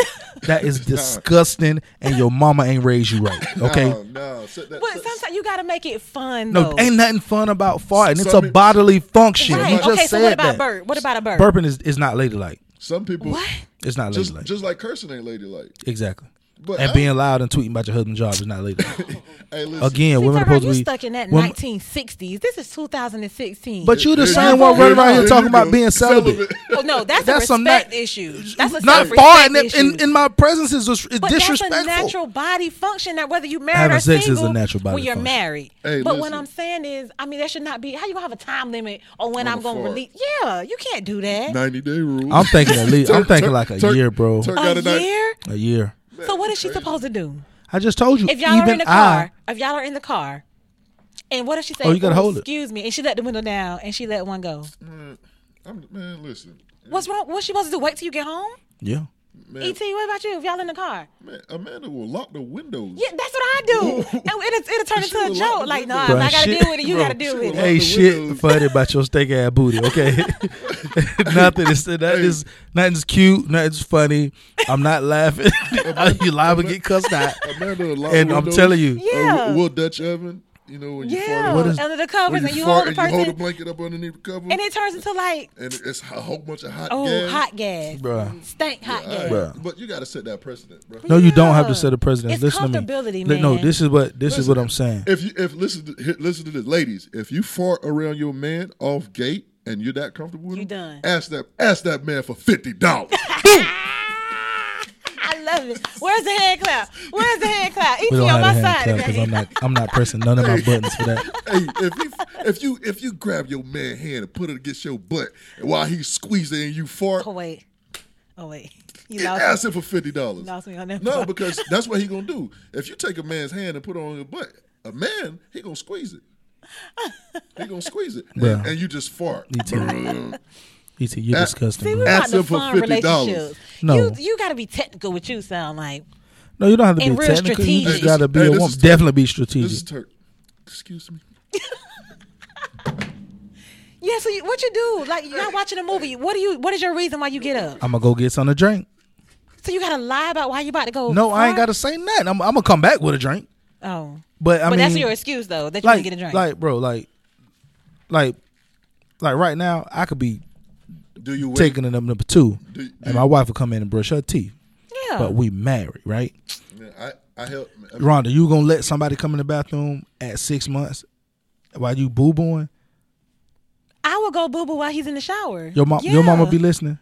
S6: that is disgusting and your mama ain't raised you right. Okay?
S4: No, no, set that.
S5: But
S4: set-
S5: sometimes you gotta make it fun.
S6: No,
S5: though.
S6: ain't nothing fun about farting. It's
S4: Some-
S6: a bodily function.
S5: Right.
S6: You just
S5: okay,
S6: said
S5: so what about
S6: that.
S5: burp? What about a burp?
S6: Burping is, is not ladylike.
S4: some people
S5: What?
S6: It's not
S4: just
S6: ladylike.
S4: just like cursing ain't ladylike.
S6: exactly.
S4: But
S6: and
S4: I-
S6: being loud and tweeting about your husband's job is not legal.
S4: Hey, listen,
S6: Again,
S5: See,
S6: women are
S5: Tyrone,
S6: supposed
S5: you
S6: to be
S5: stuck in that
S6: women-
S5: 1960s. This is 2016.
S6: But you the
S4: There you
S6: same
S4: go.
S6: one running around
S4: There
S6: here
S4: you
S6: talking
S4: go.
S6: about being celibate.
S4: Celibate.
S5: oh, no, that's,
S6: That's
S5: a
S6: some
S5: respect
S6: na-
S5: issue. That's a
S6: Not
S5: self-respect
S6: far in, the-
S5: issue.
S6: in, in my presence is just
S5: but
S6: disrespectful.
S5: that's a natural body function that whether you married
S6: Having
S5: or
S6: sex is a
S5: single,
S6: natural body
S5: when you're
S6: function.
S5: married.
S4: Hey,
S5: but
S4: listen.
S5: what I'm saying is, I mean, there should not be. How you gonna have a time limit on when
S4: On
S5: I'm
S4: the
S5: gonna
S4: fart.
S5: release? Yeah, you can't do that.
S4: 90 day rule.
S6: I'm thinking at least. I'm
S4: Turk-
S6: thinking
S4: Turk-
S6: like a
S4: Turk-
S6: year, bro.
S4: Turk got
S5: A
S4: it down.
S5: year.
S6: A year.
S5: So what is she supposed to do?
S6: I just told you.
S5: If y'all
S6: even
S5: are in the
S6: I,
S5: car, if y'all are in the car, and what if she said,
S6: Oh, you gotta hold it."
S5: Excuse me, and she let the window down and she let one go.
S4: I'm, man, listen.
S5: What's wrong? What's she supposed to do? Wait till you get home?
S6: yeah.
S5: Et, what about you? If y'all in the car,
S4: Man, Amanda will lock the windows.
S5: yeah, that's what I do. and it'll, it'll turn
S4: She
S5: into a
S4: would like
S5: joke.
S4: to
S5: Like,
S4: do
S5: nah,
S4: that.
S5: if I gotta
S6: Bruh,
S5: deal with it. You
S6: bro,
S5: gotta deal
S4: she
S5: with
S4: would
S5: it.
S4: like-
S6: Hey,
S4: the
S6: shit
S4: windows.
S6: funny about your steak ass booty, okay? nothing is nothing's nothing's cute, nothing's funny. I'm not laughing. you live and get cussed out.
S4: Amanda will lock
S6: And I'm
S4: windows. Uh,
S6: telling you,
S5: Yeah.
S4: Will Dutch oven, you know, when you
S5: Yeah,
S4: fart,
S6: What is-
S5: under the
S4: when
S5: covers,
S4: you
S5: and you
S4: fart
S5: hold the
S4: and you hold a
S5: person,
S4: blanket up underneath the cover,
S5: and it turns into like,
S4: and it's a whole bunch of hot
S5: oh,
S4: gas.
S5: hot gas,
S6: Bruh.
S5: stink hot
S4: All right,
S5: gas.
S6: Bruh.
S4: But you got to set that precedent, bro.
S6: no, you don't have to
S5: Yeah.
S6: set a president.
S5: It's
S6: listen to me.
S5: comfortability,
S6: Li- No,
S5: man.
S6: this is what this is what I'm saying.
S4: If you if listen to, hit- listen to this, ladies, if you fart around your man off gate and you're that comfortable with
S5: You
S4: him,
S5: done.
S4: ask that ask that man for fifty dollars.
S5: I love it. Where's the hand clap? Where's the hand clap? Et
S6: We don't
S5: on
S6: have a
S5: my
S6: hand
S5: side
S6: clap because
S5: today.
S6: I'm not I'm not pressing none of my buttons for that.
S4: hey, if you if you if you grab your man hand and put it against your butt and while he's squeezing and you fart,
S5: Oh wait, oh wait, you lost.
S4: ask him for fifty dollars.
S5: Lost me on that
S4: No,
S5: part.
S4: because that's what he gonna do. If you take a man's hand and put it on your butt, a man he gonna squeeze it. He gonna squeeze it,
S6: Bruh.
S4: and, and you just fart.
S6: ET, you're
S4: Uh,
S6: disgusting.
S5: See,
S6: man.
S5: we're
S4: Ask
S5: about to
S4: him for
S5: fun
S4: $50.
S5: relationships.
S6: No.
S5: You you gotta be technical. What you sound like?
S6: no, you don't have to
S5: and
S6: be
S5: real
S6: technical. You just
S5: strategic.
S6: gotta be
S4: Hey,
S6: a
S4: this
S6: woman.
S4: is-
S6: Definitely be
S4: This is
S6: strategic.
S4: Turk. Excuse me.
S5: Yeah. So you, what you do? Like you're not watching a movie. What do you? What is your reason why you get up?
S6: I'm gonna go get some to drink.
S5: So you gotta lie about why you about to go?
S6: No, I ain't
S5: fart?
S6: gotta say nothing. I'm, I'm gonna come back with a drink.
S5: Oh,
S6: But I
S5: but
S6: mean,
S5: that's your excuse though that you
S6: like,
S5: didn't get a drink.
S6: like, bro, like, like, like right now, I could be
S4: Do you wait?
S6: taking it up number two,
S4: Do- do
S6: and my wife would come in and brush her teeth.
S5: yeah.
S6: But we married, right?
S4: Man, I I help. I mean,
S6: Rhonda, you gonna let somebody come in the bathroom at six months while you boo booing?
S5: I will go boo boo while he's in the shower.
S6: Your mom, your mama
S5: Yeah.
S6: be listening.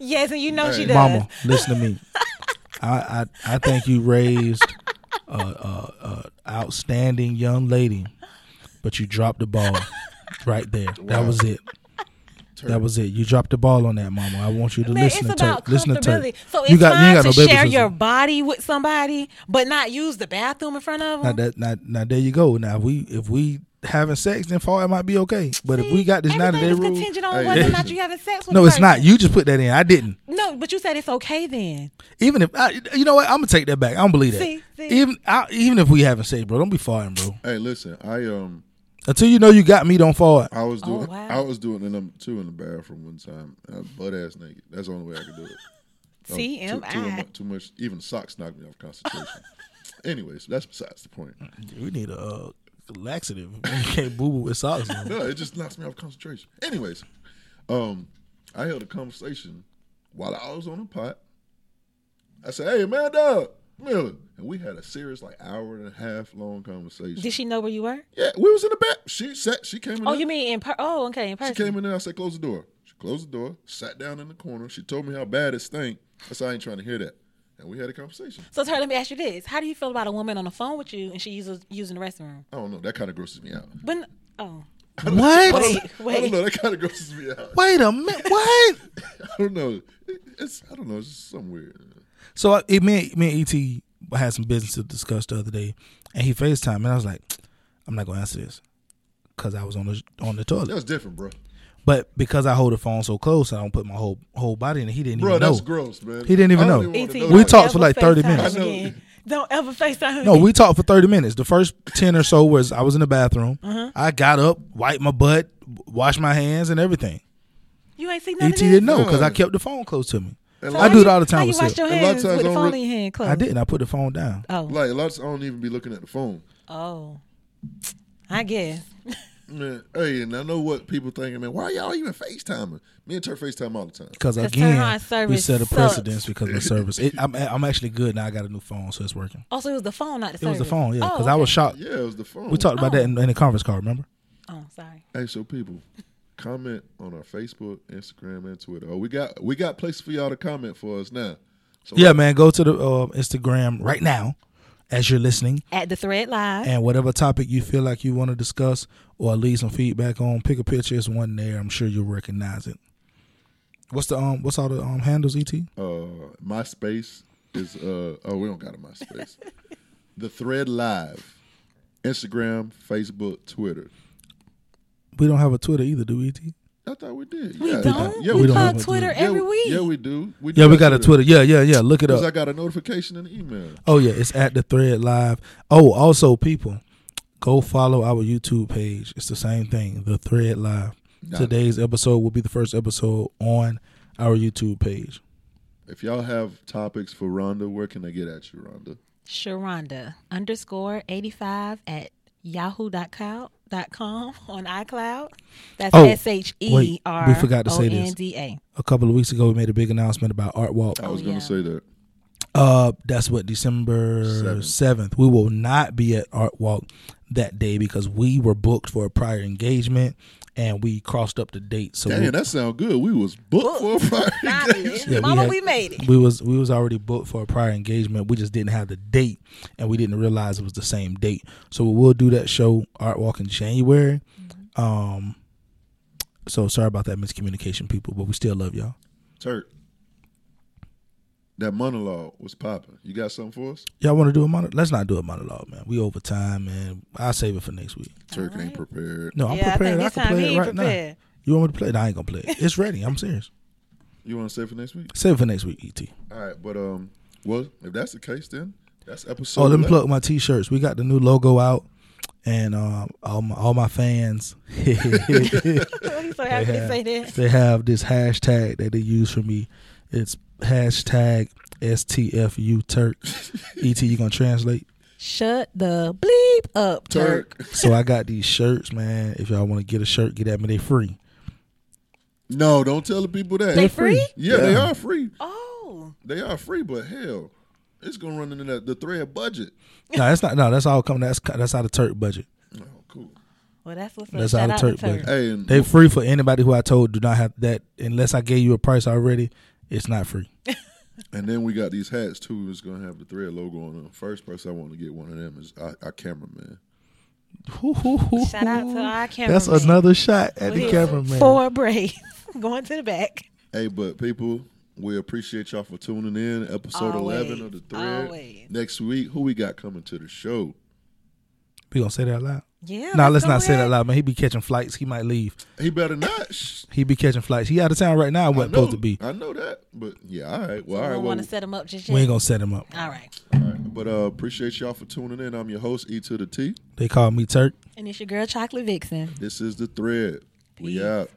S5: Yes, and you know she
S4: Hey.
S5: does.
S6: Mama, listen to me. I, I I think you raised a, a, a outstanding young lady, but you dropped the ball right there. That was it. That was it. You dropped the ball on that, Mama. I want you to
S5: Man,
S6: listen
S5: it's
S6: to
S5: about
S6: Turk. Listen to
S5: comfortability.
S6: Turk.
S5: So it's
S6: you got you
S5: fine
S6: ain't got no
S5: to
S6: baby
S5: share
S6: sister.
S5: your body with somebody, but not use the bathroom in front of
S6: Now
S5: them.
S6: that now, now there you go. Now if we if we having sex, then fall it might be okay. But if we got this ninety day
S5: Everything is
S6: rule,
S5: contingent on
S4: Hey,
S5: whether or not
S4: listen.
S5: you having sex with
S6: no,
S5: the
S6: it's not.
S5: person.
S6: You just put that in. I didn't.
S5: No, but you said it's okay then.
S6: Even if I, you know what, I'm gonna take that back. I don't believe that.
S5: See, see.
S6: Even I, even if we haven't sex, bro, don't be farting, bro.
S4: hey, listen. I um.
S6: Until you know you got me, don't fart.
S4: I was doing.
S5: Oh, wow.
S4: I was doing the number two in the bathroom one time. and I butt ass naked. That's the only way I could do it. Um, too-
S5: TMI.
S4: Too, much, too much. Even socks knocked me off concentration. Anyways, that's besides the point.
S6: We need a uh, laxative. You can't boo boo with socks. on.
S4: No, it just knocks me off concentration. Anyways, um, I held a conversation while I was on the pot. I said, "Hey, Amanda Miller," and we had a serious, like hour and a half long conversation.
S5: Did she know where you were?
S4: yeah, we was in the back. She sat. She came in.
S5: Oh,
S4: there.
S5: you mean in per- Oh, okay,
S4: She
S5: in person.
S4: came in there. I said, "Close the door." She closed the door. Sat down in the corner. She told me how bad it stank. I said, "I ain't trying to hear that." And we had a conversation.
S5: So, Tara, let me ask you this: How do you feel about a woman on the phone with you and she uses using the restroom?
S4: I don't know. That kind of grosses me out.
S5: But n- oh,
S6: What?
S5: Wait,
S4: I don't
S5: wait.
S4: know. That kind of grosses me out.
S6: Wait a minute. What?
S4: I don't know. It- It's I don't know. It's just something weird.
S6: So I, it, me, and- me and Et had some business to discuss the other day, and he Facetime, and I was like, I'm not gonna answer this because I was on the on the toilet.
S4: That's different, bro.
S6: But because I hold the phone so close, I don't put my whole whole body in it. He didn't
S4: Bro,
S6: even know.
S4: that's gross, man.
S6: He didn't even
S4: I don't
S6: know.
S4: wanna
S5: Et,
S4: know
S6: We
S5: E don't
S4: that.
S6: talked
S5: ever
S6: for like 30
S5: FaceTime
S6: minutes.
S4: I know.
S5: again. Don't ever FaceTime.
S6: No,
S5: again.
S6: we talked for 30 minutes. The first 10 or so was I was in the bathroom.
S5: Uh-huh.
S6: I got up, wiped my butt, washed my hands, and everything.
S5: You ain't seen none
S6: ET
S5: of this?
S6: E didn't know because I
S4: Nah.
S6: kept the phone close to me.
S4: And
S6: I
S4: like-
S6: do it all the time
S5: How you
S6: myself.
S5: wash your
S4: And a lot of
S5: hands
S4: times
S5: with the
S4: I
S5: phone
S4: don't
S5: in your hand closed?
S6: I didn't. I put the phone down.
S5: Oh,
S4: Like a lot. Of, I don't even be looking at the phone.
S5: oh, I Oh, guess.
S4: Man, hey, and I know what people thinking, man. Why y'all even FaceTiming? Me and her FaceTime all the time.
S6: Because
S5: Turner
S6: again,
S5: service
S6: we set a
S5: sucks.
S6: precedence because of service. It, I'm, I'm actually good now. I got a new phone, so it's working.
S5: Also, it was the phone, not the
S6: It was the
S5: service.
S6: phone, yeah.
S5: Oh,
S6: Because I was
S5: okay.
S6: shocked.
S4: Yeah, it was the phone.
S6: We talked about that in, in the conference call. Remember?
S5: Oh, sorry.
S4: Hey, so people, comment on our Facebook, Instagram, and Twitter. Oh, we got we got places for y'all to comment for us now. So
S6: Yeah, man. Go to the uh, Instagram right now as you're listening,
S5: At the thread live.
S6: and whatever topic you feel like you want to discuss or leave some feedback on, pick a picture. It's one there. I'm sure you'll recognize it. What's the um? What's all the um handles? Et
S4: uh, MySpace is uh oh we don't got a MySpace. the Thread Live, Instagram, Facebook, Twitter.
S6: we don't have a Twitter either, do we? E Et
S4: I thought we did. We yeah,
S5: Don't
S4: Yeah,
S5: we,
S4: we,
S6: don't
S5: plug
S6: have a
S5: Twitter
S6: Twitter.
S5: every
S4: yeah,
S5: week?
S4: Yeah, we do. We
S6: Yeah,
S4: do
S6: we
S4: have
S6: got a Twitter. Yeah, yeah, yeah. Look it
S4: Because I
S6: up.
S4: got a notification in the email.
S6: Oh yeah, it's at the thread live. Oh, also people, go follow our YouTube page. It's the same thing, the thread live.
S4: Got it.
S6: Today's episode will be the first episode on our YouTube page.
S4: If y'all have topics for Rhonda, where can they get at you, Rhonda?
S5: Sharonda underscore 85 at yahoo.com dot com on iCloud. That's
S6: Oh,
S5: S H E R.
S6: wait, we forgot to say this.
S5: O-N-D-A.
S6: A couple of weeks ago, we made a big announcement about Art Walk.
S4: I was
S5: Oh, yeah.
S4: gonna say that.
S6: Uh, that's what December
S4: Seventh.
S6: seventh. We will not be at Art Walk that day because we were booked for a prior engagement and we crossed up the date. So
S4: Damn,
S6: we'll-
S4: that sound good. We was booked for a Friday.
S5: Finally.
S6: Yeah,
S5: Mama,
S6: had-
S5: we made it.
S6: We was we was already booked for a prior engagement. We just didn't have the date, and we didn't realize it was the same date. So we will do that show Art Walk in January.
S5: Mm-hmm.
S6: Um, so sorry about that miscommunication, people, but we still love y'all.
S4: Turk, that monologue was popping. You got something for us?
S6: Y'all want to do a monologue? Let's not do a monologue, man. We over time, man. I'll save it for next week.
S4: Turk ain't prepared.
S6: No, I'm
S5: Yeah, I think
S6: prepared. I,
S5: this
S6: can
S5: time
S6: play
S5: he
S6: it right
S5: ain't prepared.
S6: now. You want me to play it? No, I ain't gonna play it. It's ready. I'm serious.
S4: You want to say for next week?
S6: Save it for next week, E Et.
S4: All right, but um, well, if that's the case, then that's episode.
S6: Oh, let me
S4: 11.
S6: plug my t-shirts. We got the new logo out, and um, all my all my fans,
S5: I'm so happy to say that.
S6: they have this hashtag that they use for me. It's hashtag STFU Turk. Et, E you gonna translate?
S5: Shut the bleep up, Turk.
S4: Turk.
S6: So I got these shirts, man. If y'all want to get a shirt, get at me. They free.
S4: No, don't tell the people that.
S5: They free?
S4: Yeah, they are free.
S5: Oh,
S4: They are free, but hell, it's gonna run into that the thread budget.
S6: No, that's not. No, that's all coming. That's that's out of Turk budget.
S4: Oh, cool.
S5: well, that's what's up.
S6: That's
S5: Shout
S6: out of
S5: out
S6: Turk
S5: to Turk.
S6: budget.
S4: Hey, and
S6: They free for anybody who I told do not have that. Unless I gave you a price already, it's not free.
S4: and then we got these hats too. It's gonna have the thread logo on them. First person I want to get one of them is uh, our, our cameraman.
S5: Shout out to our
S6: That's
S5: cameraman.
S6: another shot at
S5: With
S6: the
S5: his
S6: cameraman.
S5: Four braids going to the back.
S4: Hey, but people, we appreciate y'all for tuning in. Episode eleven of the
S5: Always,
S4: thread.
S5: always.
S4: Next week, who we got coming to the show?
S6: We gonna say that out loud?
S5: Yeah.
S6: nah,
S5: let's
S6: let's
S5: go
S6: not say
S5: ahead.
S6: that loud, man. He be catching flights. He might leave.
S4: He better not. Shh.
S6: He be catching flights. He out of town right now.
S4: I
S6: Wasn't
S4: know-
S6: supposed to be.
S4: I know that, but yeah, all right. Well, all
S5: We
S4: right.
S5: don't
S4: Well,
S5: want to set them up just yet.
S6: We ain't gonna set him up.
S5: All right.
S4: But uh, appreciate y'all for tuning in. I'm your host, E to the T.
S6: They call me Turk.
S5: And it's your girl, Chocolate Vixen.
S4: This is the thread. We
S5: Peace.
S4: out.